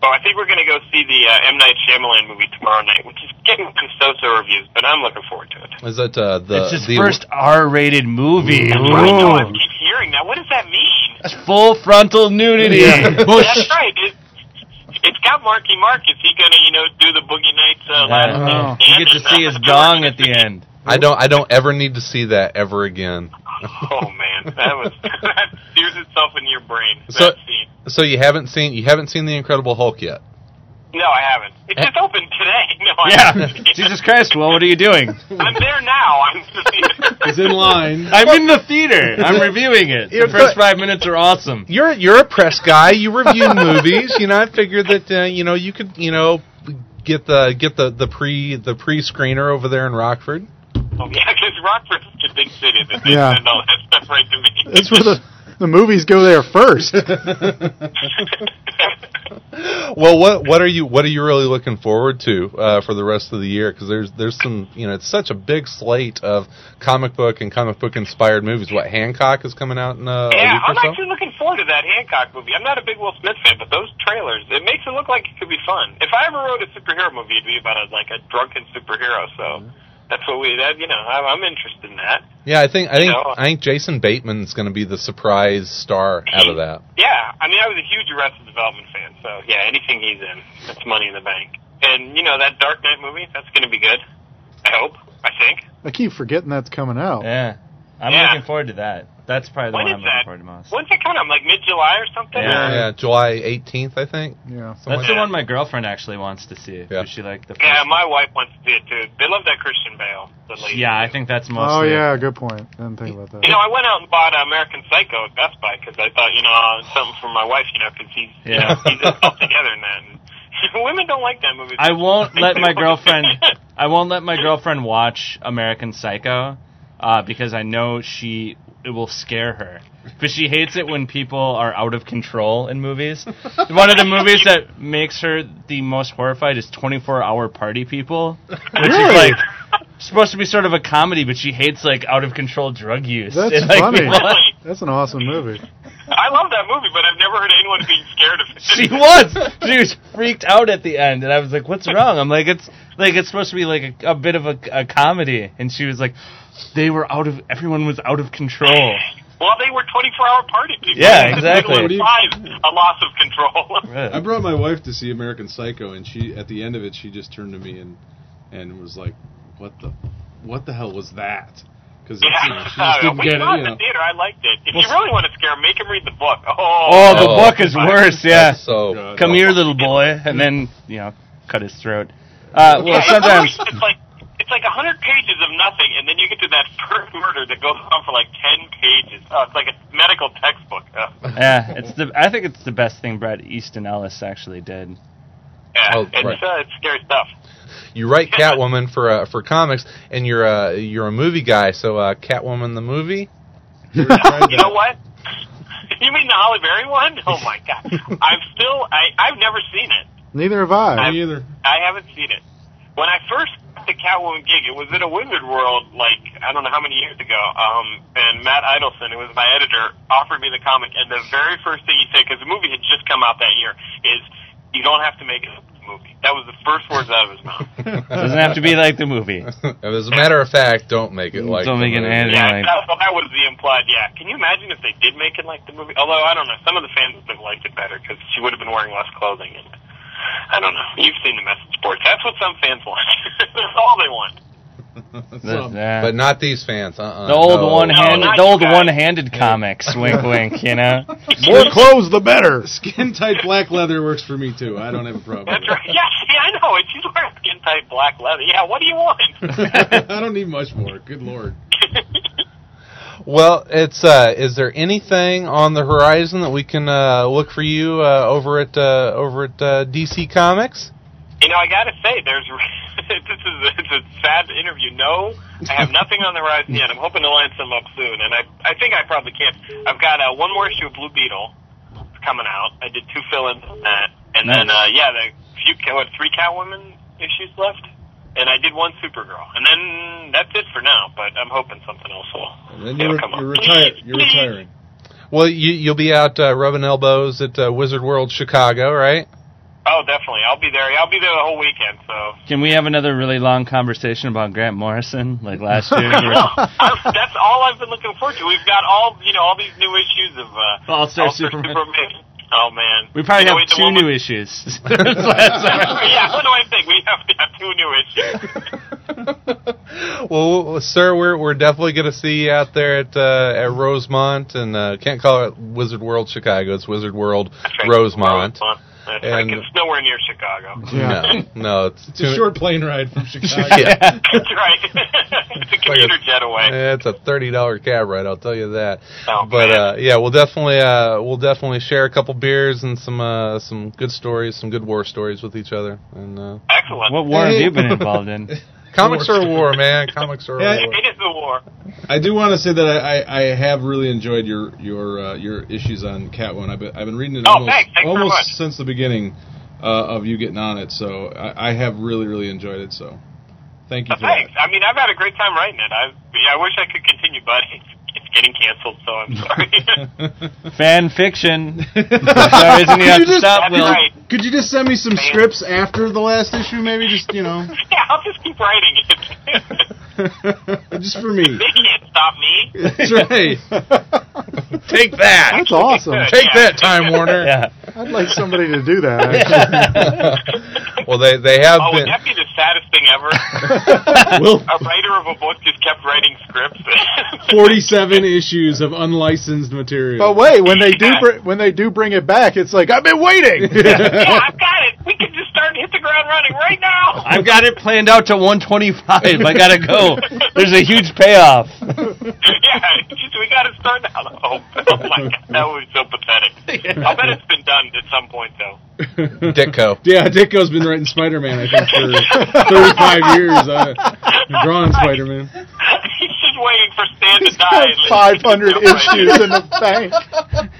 So I think we're going to go see the uh, M Night Shyamalan movie tomorrow night, which is getting some so-so reviews, but I'm looking forward to it.
Is that uh, the
it's his
the
first R-rated movie.
I know I keep hearing that. What does that mean?
That's full frontal nudity.
That's right. It, it's got Marky Mark. Is he going to, you know, do the Boogie Nights? Uh, last
Yeah.
Stand
You get to
and, uh,
see his dong at the end.
I don't I don't ever need to see that ever again.
Oh man, that was that sears itself in your brain. That
So-
scene.
So you haven't seen you haven't seen the Incredible Hulk yet.
No, I haven't. It just opened today. No, I
Yeah.
haven't.
Jesus Christ, well, what are you doing?
I'm there now. I'm
He's in line.
I'm in the theater. I'm reviewing it. The first five minutes are awesome.
You're you're a press guy. You review movies. You know, I figured that uh, you know you could you know get the get the the pre the pre screener over there in Rockford.
Oh, yeah, because Rockford's such a big city that they
Yeah.
send all that stuff right to me.
That's where the, the movies go there first.
Well, what what are you what are you really looking forward to uh, for the rest of the year? Because there's there's some you know it's such a big slate of comic book and comic book inspired movies. What Hancock is coming out in uh, a
yeah, I'm
week or so.
actually looking forward to that Hancock movie. I'm not a big Will Smith fan, but those trailers, it makes it look like it could be fun. If I ever wrote a superhero movie, it'd be about a, like a drunken superhero. So
Mm-hmm.
that's what we, that, you know, I, I'm interested in that.
Yeah, I think I think
know.
I think Jason Bateman's going to be the surprise star out of that.
Yeah, I mean, I was a huge Arrested Development fan, so yeah, anything he's in, that's money in the bank. And you know that Dark Knight movie, that's going to be good. I hope. I think.
I keep forgetting that's coming out.
Yeah. I'm
Yeah.
looking forward to that. That's probably the
When
one
is
I'm looking
that?
forward to most.
When's that coming? out? Like mid July or something?
Yeah,
Yeah.
July 18th, I think.
Yeah.
Something like
That's the one my girlfriend actually wants to see.
Yeah.
Yeah. She like the first
Yeah, my wife wants to see it too. They love that Christian Bale. The lady.
Yeah, I think that's
Oh
mostly.
yeah, good point. Didn't think about
You know,
that.
I went out and bought American Psycho at Best Buy because I thought, you know, uh, something for my wife, you know, because he's, you know,
Yeah.
he's all together in that. And women don't like that movie.
I won't let my girlfriend. I won't let my girlfriend watch American Psycho uh, because I know she it will scare her. Because she hates it when people are out of control in movies. One of the movies that makes her the most horrified is 24 Hour Party People, which is like supposed to be sort of a comedy, but she hates like out of control drug use.
That's
And, like,
funny.
people-
That's an awesome movie.
I love that movie, but I've never heard anyone being scared of it.
she was. She was freaked out at the end, and I was like, "What's wrong?" I'm like, "It's like it's supposed to be like a, a bit of a, a comedy," and she was like, "They were out of everyone was out of control."
Well, they were 24 hour party people.
Yeah,
It
exactly.
would imply a loss of control.
I brought my wife to see American Psycho, and she at the end of it, she just turned to me and and was like, "What the, what the hell was that?" Because you know, she just
Yeah,
didn't
we
get it.
saw
You
it in
know.
the theater. I liked it. If you really want to scare him, make him read the book. Oh,
oh, the
Oh.
book is worse. Yeah,
That's so
God.
come here, little boy, and then you know, cut his throat. Uh, well,
Yeah,
sometimes.
It's like it's like a hundred pages of nothing, and then you get to that first murder that goes on for like ten pages. Oh, it's like a medical textbook. Oh,
Yeah, it's the. I think it's the best thing Brad Easton Ellis actually did.
yeah,
Oh,
it's
right.
uh, it's scary stuff.
you write Catwoman for uh, for comics, and you're uh, you're a movie guy. So uh, Catwoman the movie.
You know what? You mean the Holly Berry one? Oh my god! I've still I I've never seen it.
Neither have I.
I'm-
Me either.
I haven't seen it. When I first got the Catwoman gig, it was in a Wizard World, like I don't know how many years ago. Um, and Matt Idelson, who was my editor, offered me the comic, and the very first thing he said, because the movie had just come out that year, is you don't have to make a movie. That was the first words out of his mouth.
Doesn't have to be like the movie.
As a matter of fact, don't make it like
Mm, Don't
the
make it
movie.
an-
yeah,
like-
that, that was the implied. Yeah, can you imagine if they did make it like the movie? Although I don't know, some of the fans would have liked it better because she would have been wearing less clothing. And I don't know. You've seen the message boards. That's what some fans want. That's all they want.
That's- yeah.
But not these fans. Uh-uh,
Uh,
The old
no.
one handed
Oh, not
the old
you guys.
one handed comics, wink wink, you know?
More clothes, the better.
Skin tight black leather works for me too. I don't have a problem.
That's right. Yeah, see, I know it. She's wearing skin tight black leather. Yeah, what do you want?
I don't need much more. Good lord.
Well, it's uh, is there anything on the horizon that we can uh, look for you uh, over at uh, over at uh, DC Comics?
you know, I gotta say, there's this is it's a sad interview. No, I have nothing on the horizon yet. I'm hoping to line some up soon, and I I think I probably can. I've got uh, one more issue of Blue Beetle coming out. I did two fill-ins on that, and then uh, yeah, the few Ca- what three Catwoman issues left. And I did one Supergirl, and then that's it for now. But I'm hoping something else will.
And then
it'll
you're,
come up.
you're retired. You're retiring.
Well, you you'll be out uh, rubbing elbows at uh, Wizard World Chicago, right?
Oh, definitely. I'll be there. I'll be there the whole weekend. So
Can we have another really long conversation about Grant Morrison like last year? You were-
I'm, that's all I've been looking forward to. We've got all you know all these new issues of uh,
All-Star
All-Star
Superman.
Oh man,
we probably
You
have
know, wait, the
two
one with-
new issues. since last time.
yeah, what do I think? We have to have two new issues.
well, well, sir, we're we're definitely going to see you out there at uh, at Rosemont, and uh, can't call it Wizard World Chicago. It's Wizard World Rosemont.
That's
And-
like it's nowhere near Chicago.
No, no, it's,
It's a
two-
short plane ride from Chicago.
Yeah.
That's right. it's a commuter jet away.
Eh, It's a thirty dollar cab ride, I'll tell you that.
Oh,
but
man.
uh, yeah, we'll definitely uh, we'll definitely share a couple beers and some uh, some good stories, some good war stories with each other. And uh,
Excellent.
What war have
Hey.
you been involved in?
comics are war, man. Comics are
Yeah.
war.
it is the war.
I do want to say that I, I, I have really enjoyed your your uh, your issues on Catwoman. I've been, I've been reading it
Oh,
almost,
thanks. Thanks very
almost
much.
since the beginning uh, of you getting on it. So I, I have really really enjoyed it. So thank you
Uh,
for
thanks.
that.
I mean, I've had a great time writing it. I yeah, I wish I could continue, but it's, it's getting canceled, so I'm sorry.
Fan fiction. So isn't you have to stop,
That's
Will?
right.
Could you just send me some
Man.
scripts after the last issue? Maybe just you know,
Yeah, I'll just keep writing it.
just for me.
they can't stop me.
That's right.
Take that.
That's awesome.
Take
Yeah.
that, Time Warner.
Yeah.
I'd like somebody to do that. actually.
Well, they they have
Oh, would
been.
that be the saddest thing ever? a writer of a book just kept writing scripts.
Forty seven issues of unlicensed material.
But wait, when they do br- when they do bring it back, it's like I've been waiting.
yeah, I've got it. We can just start to hit the ground running right now.
I've got it planned out to 125. I gotta go. There's a huge payoff.
yeah, just, we got to start now. Oh, oh my god, that was so pathetic. I bet it's been done at some point though.
Ditko.
yeah, Ditko's been writing Spider Man I think for thirty five years. Uh, drawing Spider Man.
He's just waiting for Stan to die. and-
Five hundred issues in the bank.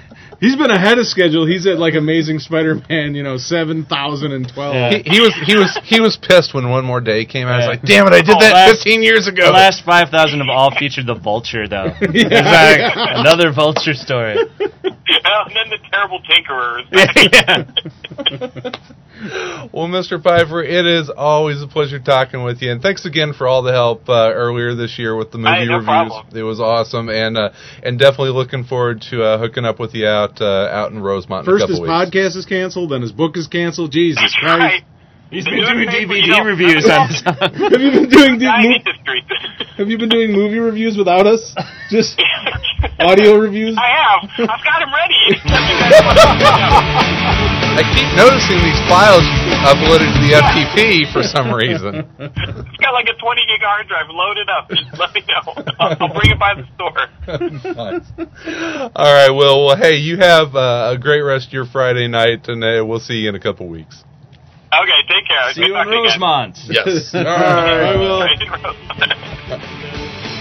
He's been ahead of schedule. He's at like Amazing Spider Man, you know, seven thousand and twelve.
He, he was he was he was pissed when One More Day came out. He's
Yeah.
like, damn it, I did
Oh,
that
last-
15 years ago.
The last 5,000 have all featured the vulture, though. It's like another vulture story.
Well, and then the terrible Tinkerer is back.
yeah.
Well, Mr. Piper, it is always a pleasure talking with you, and thanks again for all the help uh, earlier this year with the movie
Hey, no
reviews.
problem.
It was awesome, and uh, and definitely looking forward to uh, hooking up with you out uh, out in Rosemont.
First
in a
his
couple weeks.
podcast is canceled, then his book is canceled. Jesus
That's
Christ.
right.
He's
The
been doing
newspaper,
DVD
you know,
reviews on his own.
Have you been doing
Die
mo-
industry.
Have you been doing movie reviews without us? Just audio reviews?
I have. I've got him ready. If you guys want to check it out.
I keep noticing these files you uploaded to the FTP for some reason.
It's got like a 20 gig hard drive loaded up. Just let me know. I'll, I'll bring it by the store.
Nice. All right, well, well, hey, you have uh, a great rest of your Friday night, and uh, we'll see you in a couple weeks.
Okay, take care.
See
Good
you in
talking to you guys.
Rosemont.
Yes. All
All
right.
right, well,
Right in Rosemont.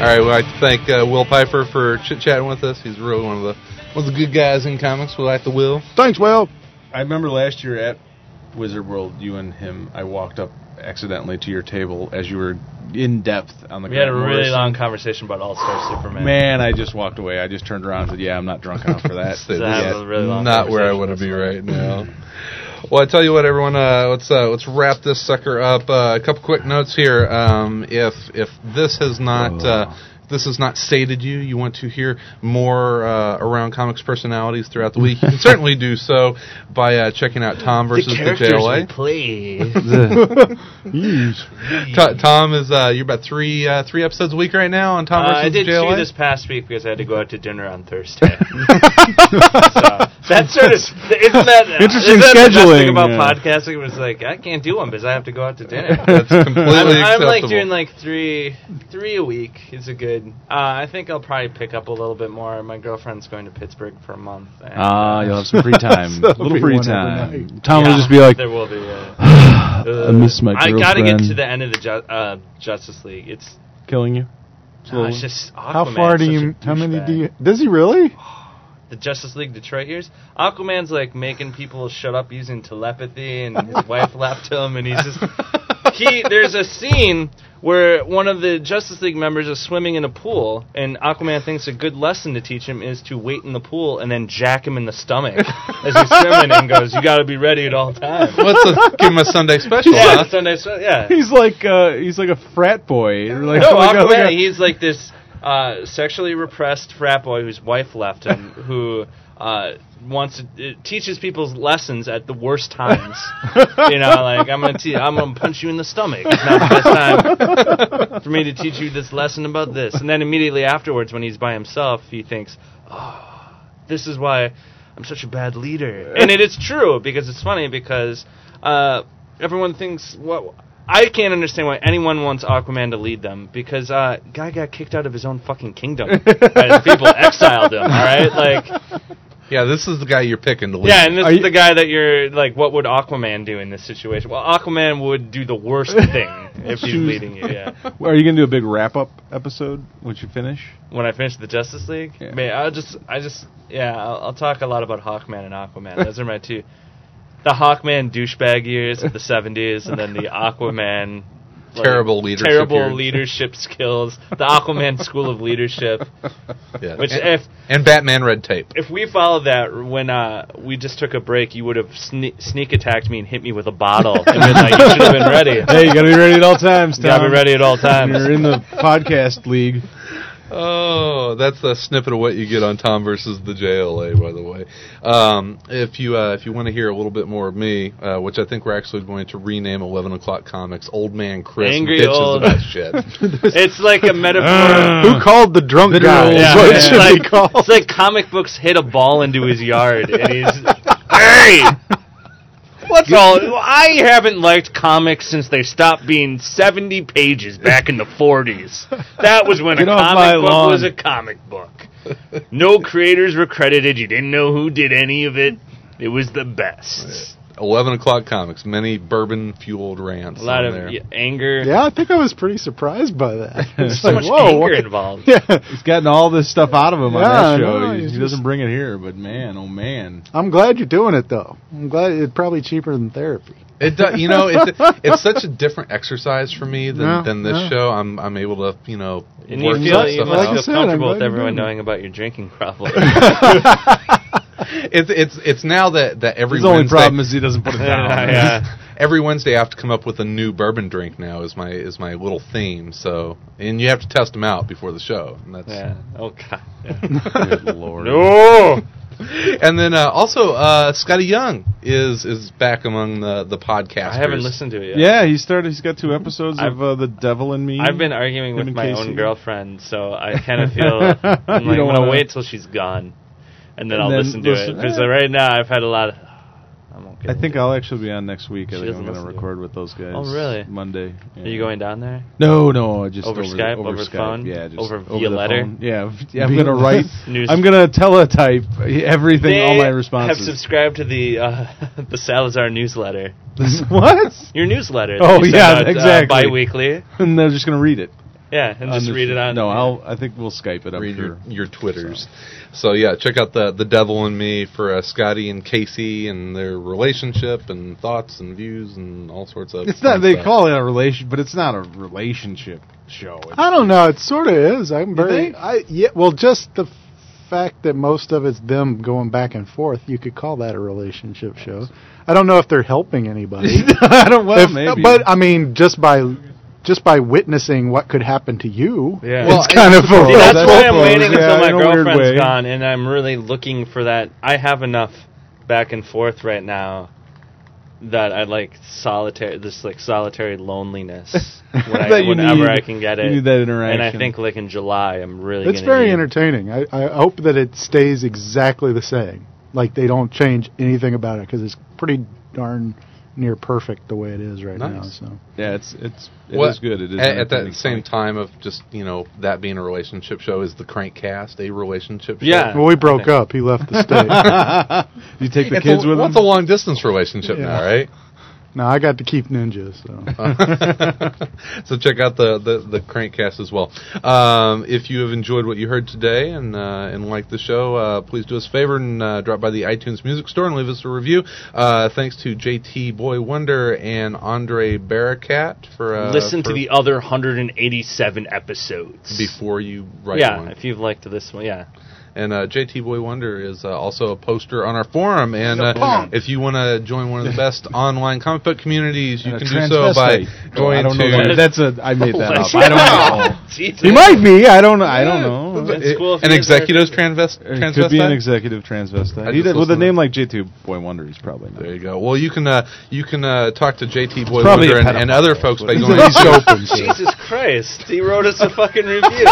All right, we'd like to thank uh, Will Piper for chit chatting with us. He's really one of the one of the good guys in comics. We like the Will.
Thanks, Will.
I remember last year at Wizard World, you and him, I walked up accidentally to your table as you were in depth on the
We had a
Grant
really
Morrison.
long conversation about All Star Superman.
Man, I just walked away. I just turned around and said, "Yeah, I'm not drunk enough for that."
That's
that was a really long
not where I want to be right now. Well, I tell you what, everyone. Uh, let's uh, let's wrap this sucker up. Uh, a couple quick notes here. Um, if if this has not
Oh.
uh, this has not sated you, you want to hear more uh, around comics personalities throughout the week. You can certainly do so by uh, checking out Tom versus the, JLA. To- Tom is uh, you're about three uh, three episodes a week right now on Tom
Uh,
versus
I did
the JLA.
two this past week because I had to go out to dinner on Thursday. so, that sort of isn't that
Interesting
isn't that the best
scheduling,
thing about
yeah.
podcasting was like I can't do one because I have to go out to dinner.
That's completely
I'm, I'm
acceptable.
like doing like three three a week is a good. Uh, I think I'll probably pick up a little bit more. My girlfriend's going to Pittsburgh for a month. and,
Ah,
uh,
you'll have some free time. a
That'll
little
be
free
one every
time.
night.
Tom
yeah,
will just be like,
there will be. uh,
I
uh,
miss my girlfriend.
I gotta get to the end of the ju- uh, Justice League. It's
Killing you.
No, it's just Aquaman
How far
is
do
such
you?
a
How many
douchebag.
do you? Does he really?
The Justice League Detroit years. Aquaman's like making people shut up using telepathy, and his wife left him, and he's just he. There's a scene where one of the Justice League members is swimming in a pool, and Aquaman thinks a good lesson to teach him is to wait in the pool and then jack him in the stomach as he's swimming, and goes, "You got to be ready at all times."
Let's uh, give him a Sunday special.
Yeah,
huh?
Sunday. So, yeah.
He's like uh, he's like a frat boy. Like,
no,
oh my God,
Aquaman.
look at-
He's like this uh, sexually repressed frat boy whose wife left him, who uh, wants to uh, teaches people's lessons at the worst times. you know, like I'm gonna te- I'm gonna punch you in the stomach. It's not the best time for me to teach you this lesson about this. And then immediately afterwards, when he's by himself, he thinks, "Oh, this is why I'm such a bad leader." And it is true because it's funny because uh, everyone thinks what. I can't understand why anyone wants Aquaman to lead them because uh, guy got kicked out of his own fucking kingdom. and people exiled him. All right, like
Yeah, this is the guy you're picking to lead.
yeah, and this
Are
is
you-
the guy that you're like. What would Aquaman do in this situation? Well, Aquaman would do the worst thing if he's
Choose-
leading you. Yeah.
Are you gonna do a big wrap up episode once you finish?
When I finish the Justice League,
Yeah.
man, I'll just, I just, yeah, I'll, I'll talk a lot about Hawkman and Aquaman. Those are my two, the Hawkman douchebag years of the '70s, and then the Aquaman. like,
Terrible leadership years.
Terrible leadership skills. The Aquaman School of Leadership.
Yeah.
Which,
and,
if
and Batman red tape.
if we followed that when uh, we just took a break, you would have sne- sneak attacked me and hit me with a bottle and been like, "You should have been ready.
Hey, you gotta be ready at all times.
You gotta
Tom.
be ready at all times."
You're in the podcast league.
Oh, that's a snippet of what you get on Tom versus the JLA, by the way. Um, if you uh, if you want to hear a little bit more of me, uh, which I think we're actually going to rename Eleven O'clock Comics, Old Man Chris
Angry
bitches
old-
about shit.
It's like a metaphor.
Ah.
Who called the drunk guy?
Oh, Yeah,
Is what it
it's,
should
like,
be called.
it's like comic books hit a ball into his yard, and he's hey. What's all? I haven't liked comics since they stopped being seventy pages back in the forties. That was when
Get
a
off my
comic book
lawn.
was a comic book. No creators were credited. You didn't know who did any of it. It was the best.
Eleven O'clock Comics, many bourbon fueled rants.
A lot
on
of
there.
yeah, anger.
Yeah, I think I was pretty surprised by that. It's
so
like,
much
whoa,
anger
what-
involved.
Yeah,
He's gotten all this stuff out of him on
Yeah, I
that show.
know,
he
he's
he
just-
doesn't bring it here, but man, oh man.
I'm glad you're doing it though. I'm glad it's probably cheaper than therapy.
It do, you know it's it's such a different exercise for me than,
Yeah,
than this
yeah.
show. I'm I'm able to you know
And
work
you feel
that
you
stuff
must
Like I
out.
feel
said, I'm
comfortable with
glad you
everyone
did.
knowing about your drinking problem.
It's it's it's now that that every
His only
Wednesday,
problem is he doesn't put it down.
yeah.
every Wednesday I have to come up with a new bourbon drink. Now is my is my little theme. So and you have to test them out before the show. And that's
yeah. Oh god.
Good lord.
No.
and then uh, also uh, Scotty Young is is back among the the podcasters.
I haven't listened to it yet.
Yeah, he started. He's got two episodes
I've-
of uh, the Devil in Me.
I've been arguing with
Him and
my
Casey.
own girlfriend, so I kind of feel I'm
You
like,
don't
I'm gonna
wanna-
wait till she's gone, and then
And
I'll
then
listen to
listen-
it. Because
eh.
right now I've had a lot. Of, I'm okay.
I think I'll actually be on next week. I
She
think I'm
doesn't
going to
listen to
record with those guys.
Oh, really?
Monday.
Are you going down there?
No, no. Just
Over
over,
Skype,
Over,
over
Skype.
phone,
Yeah. Just
over
the
via letter?
phone. Yeah. yeah I'm going to write.
News.
I'm going to teletype everything. all my responses.
have subscribed to the uh, the Salazar newsletter.
what?
Your newsletter. that
Oh,
you send
yeah,
out, uh,
exactly.
bi-weekly.
and they're just going to read it.
Yeah, and
on
just
the-
read it on.
No, I'll. I think we'll Skype it. I'm
Read
sure.
your, your twitters, so. yeah, check out the the Devil and Me for uh, Scotty and Casey and their relationship and thoughts and views and all sorts of.
It's not.
fun
They
stuff.
call it a relation, but it's not a relationship show. It's-
I don't know. It sort of is. I'm very.
think?
I yeah. Well, just the fact that most of it's them going back and forth, you could call that a relationship show. I don't know if they're helping anybody.
I don't. Well,
If-
maybe.
But I mean, just by just by witnessing what could happen to you,
Yeah.
it's kind of
See,
fulfilled.
that's
that's
why I'm
helpful.
waiting
Yeah,
until my
in a weird
girlfriend's
way.
gone, and I'm really looking for that. I have enough back and forth right now that I like solitary, this like solitary loneliness when I,
That you
whenever
need-
I can get
you
it.
need that
And I
interaction.
think like in July, I'm really.
It's
gonna
very
need-
entertaining. I, I hope that it stays exactly the same. Like they don't change anything about it because it's pretty darn near perfect the way it is right now.
Nice.
So
yeah, it's it's it is
Well,
good. It is
at, at
entertaining.
that same time of just you know that being a relationship show is the Crankcast a relationship show?
Yeah.
well, we broke up. He left the state.
you take the
It's
kids
a,
with
what's
them.
a long distance relationship now,
Yeah.
right?
No, I got to keep ninjas. So.
so check out the, the, the crankcast as well. Um, if you have enjoyed what you heard today and uh, and like the show, uh, please do us a favor and uh, drop by the iTunes Music Store and leave us a review. Uh, thanks to JT Boy Wonder and Andre Barakat for uh,
Listen
for-
to the other 187 episodes.
before you write
yeah,
one.
if you've liked this one, yeah.
And uh, JT Boy Wonder is uh, also a poster on our forum. And uh, if you want to join one of the best online comic book communities, you
And a
can do so by
transvestite. Oh, I
going
don't know.
to.
that- That's a I made that up. I
Wow.
don't know.
Jesus.
He might be. I don't. know. I don't know.
That's cool if
an
he is
executive transvest-
It could be an
transvestite?
executive transvestite.
I
He
just
did, with a
listened to-
name like J2 Boy Wonder, he's probably not.
There you go. Well, you can uh, you can uh, talk to JT Boy
probably
Wonder
a
and, and
pedophile.
other folks by
He's
going.
a- he's open,
Jesus Christ. He wrote us a fucking review.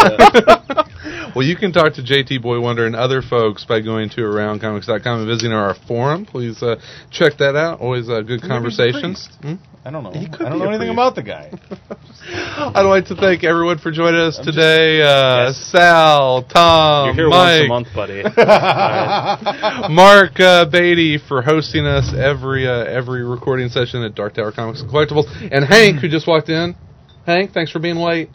well, you can talk to JT Boy Wonder and other folks by going to aroundcomics.com and visiting our forum. Please uh, check that out. Always uh, good conversations. Hmm?
I don't know.
He could
I
be
don't know
a priest.
anything about the guy.
I'd like to thank everyone for joining us today. Uh, Sal,
You're
Oh,
Tom,
here once a
Mike,
month, buddy. All right.
Mark uh, Beatty for hosting us every uh, every recording session at Dark Tower Comics and Collectibles, and Hank who just walked in. Hank, thanks for being late.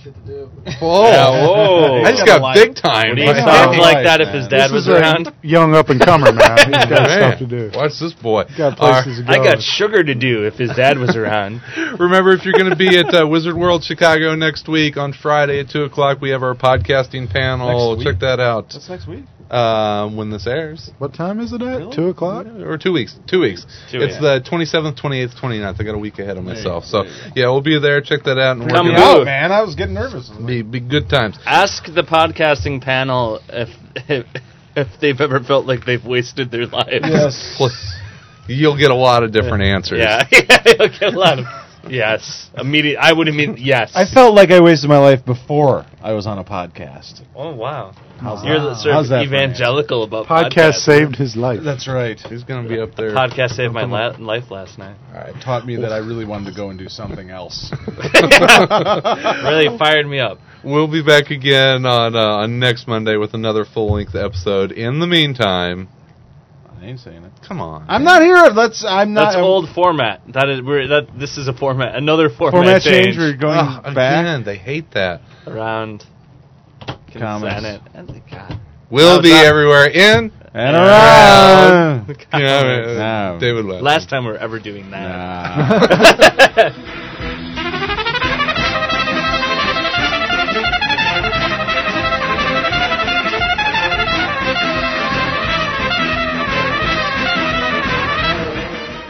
Whoa!
Yeah, whoa.
I just got big time.
Would he
Wow.
sound like
Nice,
that if
man.
his dad
This
was
is a
around?
young up and comer man. He's got
Man,
stuff to do.
Watch this boy.
Got
Our-
places to go.
I got sugar to do if his dad was around.
Uh, Remember, if you're going to be at uh, Wizard World Chicago next week on Friday at two o'clock, we have our podcasting panel.
Next week?
Check that out
That's next week.
um, when this airs.
What time is it at?
Really?
Two o'clock.
Or two weeks. Two weeks.
Two
it's
weeks.
the 27th, 28th, 29th. I got a week ahead of myself. So, yeah, we'll be there. Check that out. And
Come
working
and
out.
Ooh.
Oh man, I was getting nervous.
Be, be good times.
Ask the podcasting panel if if, if they've ever felt like they've wasted their lives.
Plus, You'll get a lot of different answers.
Yeah, okay, a lot of yes. Immediate. I would mean yes.
I felt like I wasted my life before I was on a podcast.
oh wow,
How's
you're the
that?
sort
How's
of
that for an
evangelical about
Podcast
podcasts.
saved his life.
That's right.
He's going to be up there.
Podcast saved my la- life last night.
It taught me that I really wanted to go and do something else.
really fired me up.
We'll be back again on, uh, on next Monday with another full length episode. In the meantime,
I ain't saying it.
come on.
I'm not here. Let's. I'm not.
That's
I'm-
old format. That is we're that. This is a format. Another format,
Format change. We're going
Ugh,
back.
Ah, again, they hate that.
around.
Comments.
Consent it. And the God.
We'll
How's
be
that?
everywhere in.
And
around.
around.
Yeah,
Comments.
uh,
No.
David West.
Last time we are ever doing that.
Nah.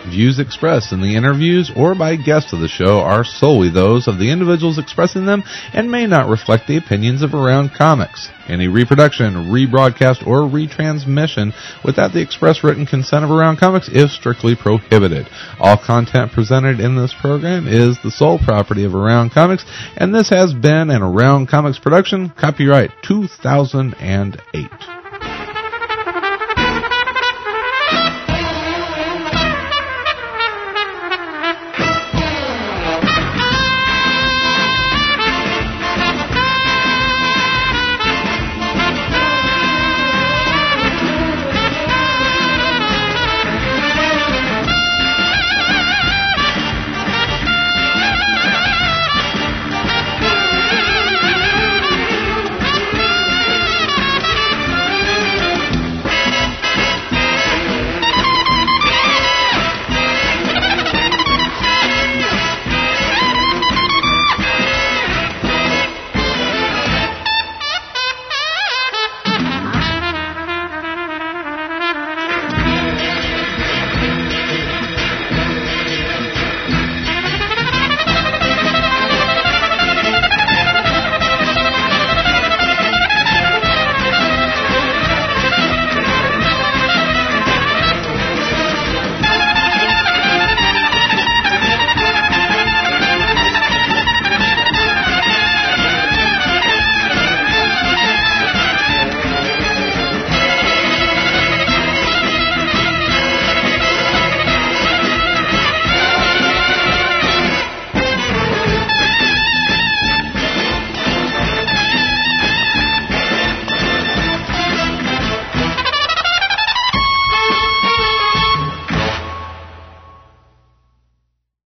Views expressed in the interviews or by guests of the show are solely those of the individuals expressing them and may not reflect the opinions of Around Comics. Any reproduction, rebroadcast, or retransmission without the express written consent of Around Comics is strictly prohibited. All content presented in this program is the sole property of Around Comics, and this has been an Around Comics production, copyright 2008.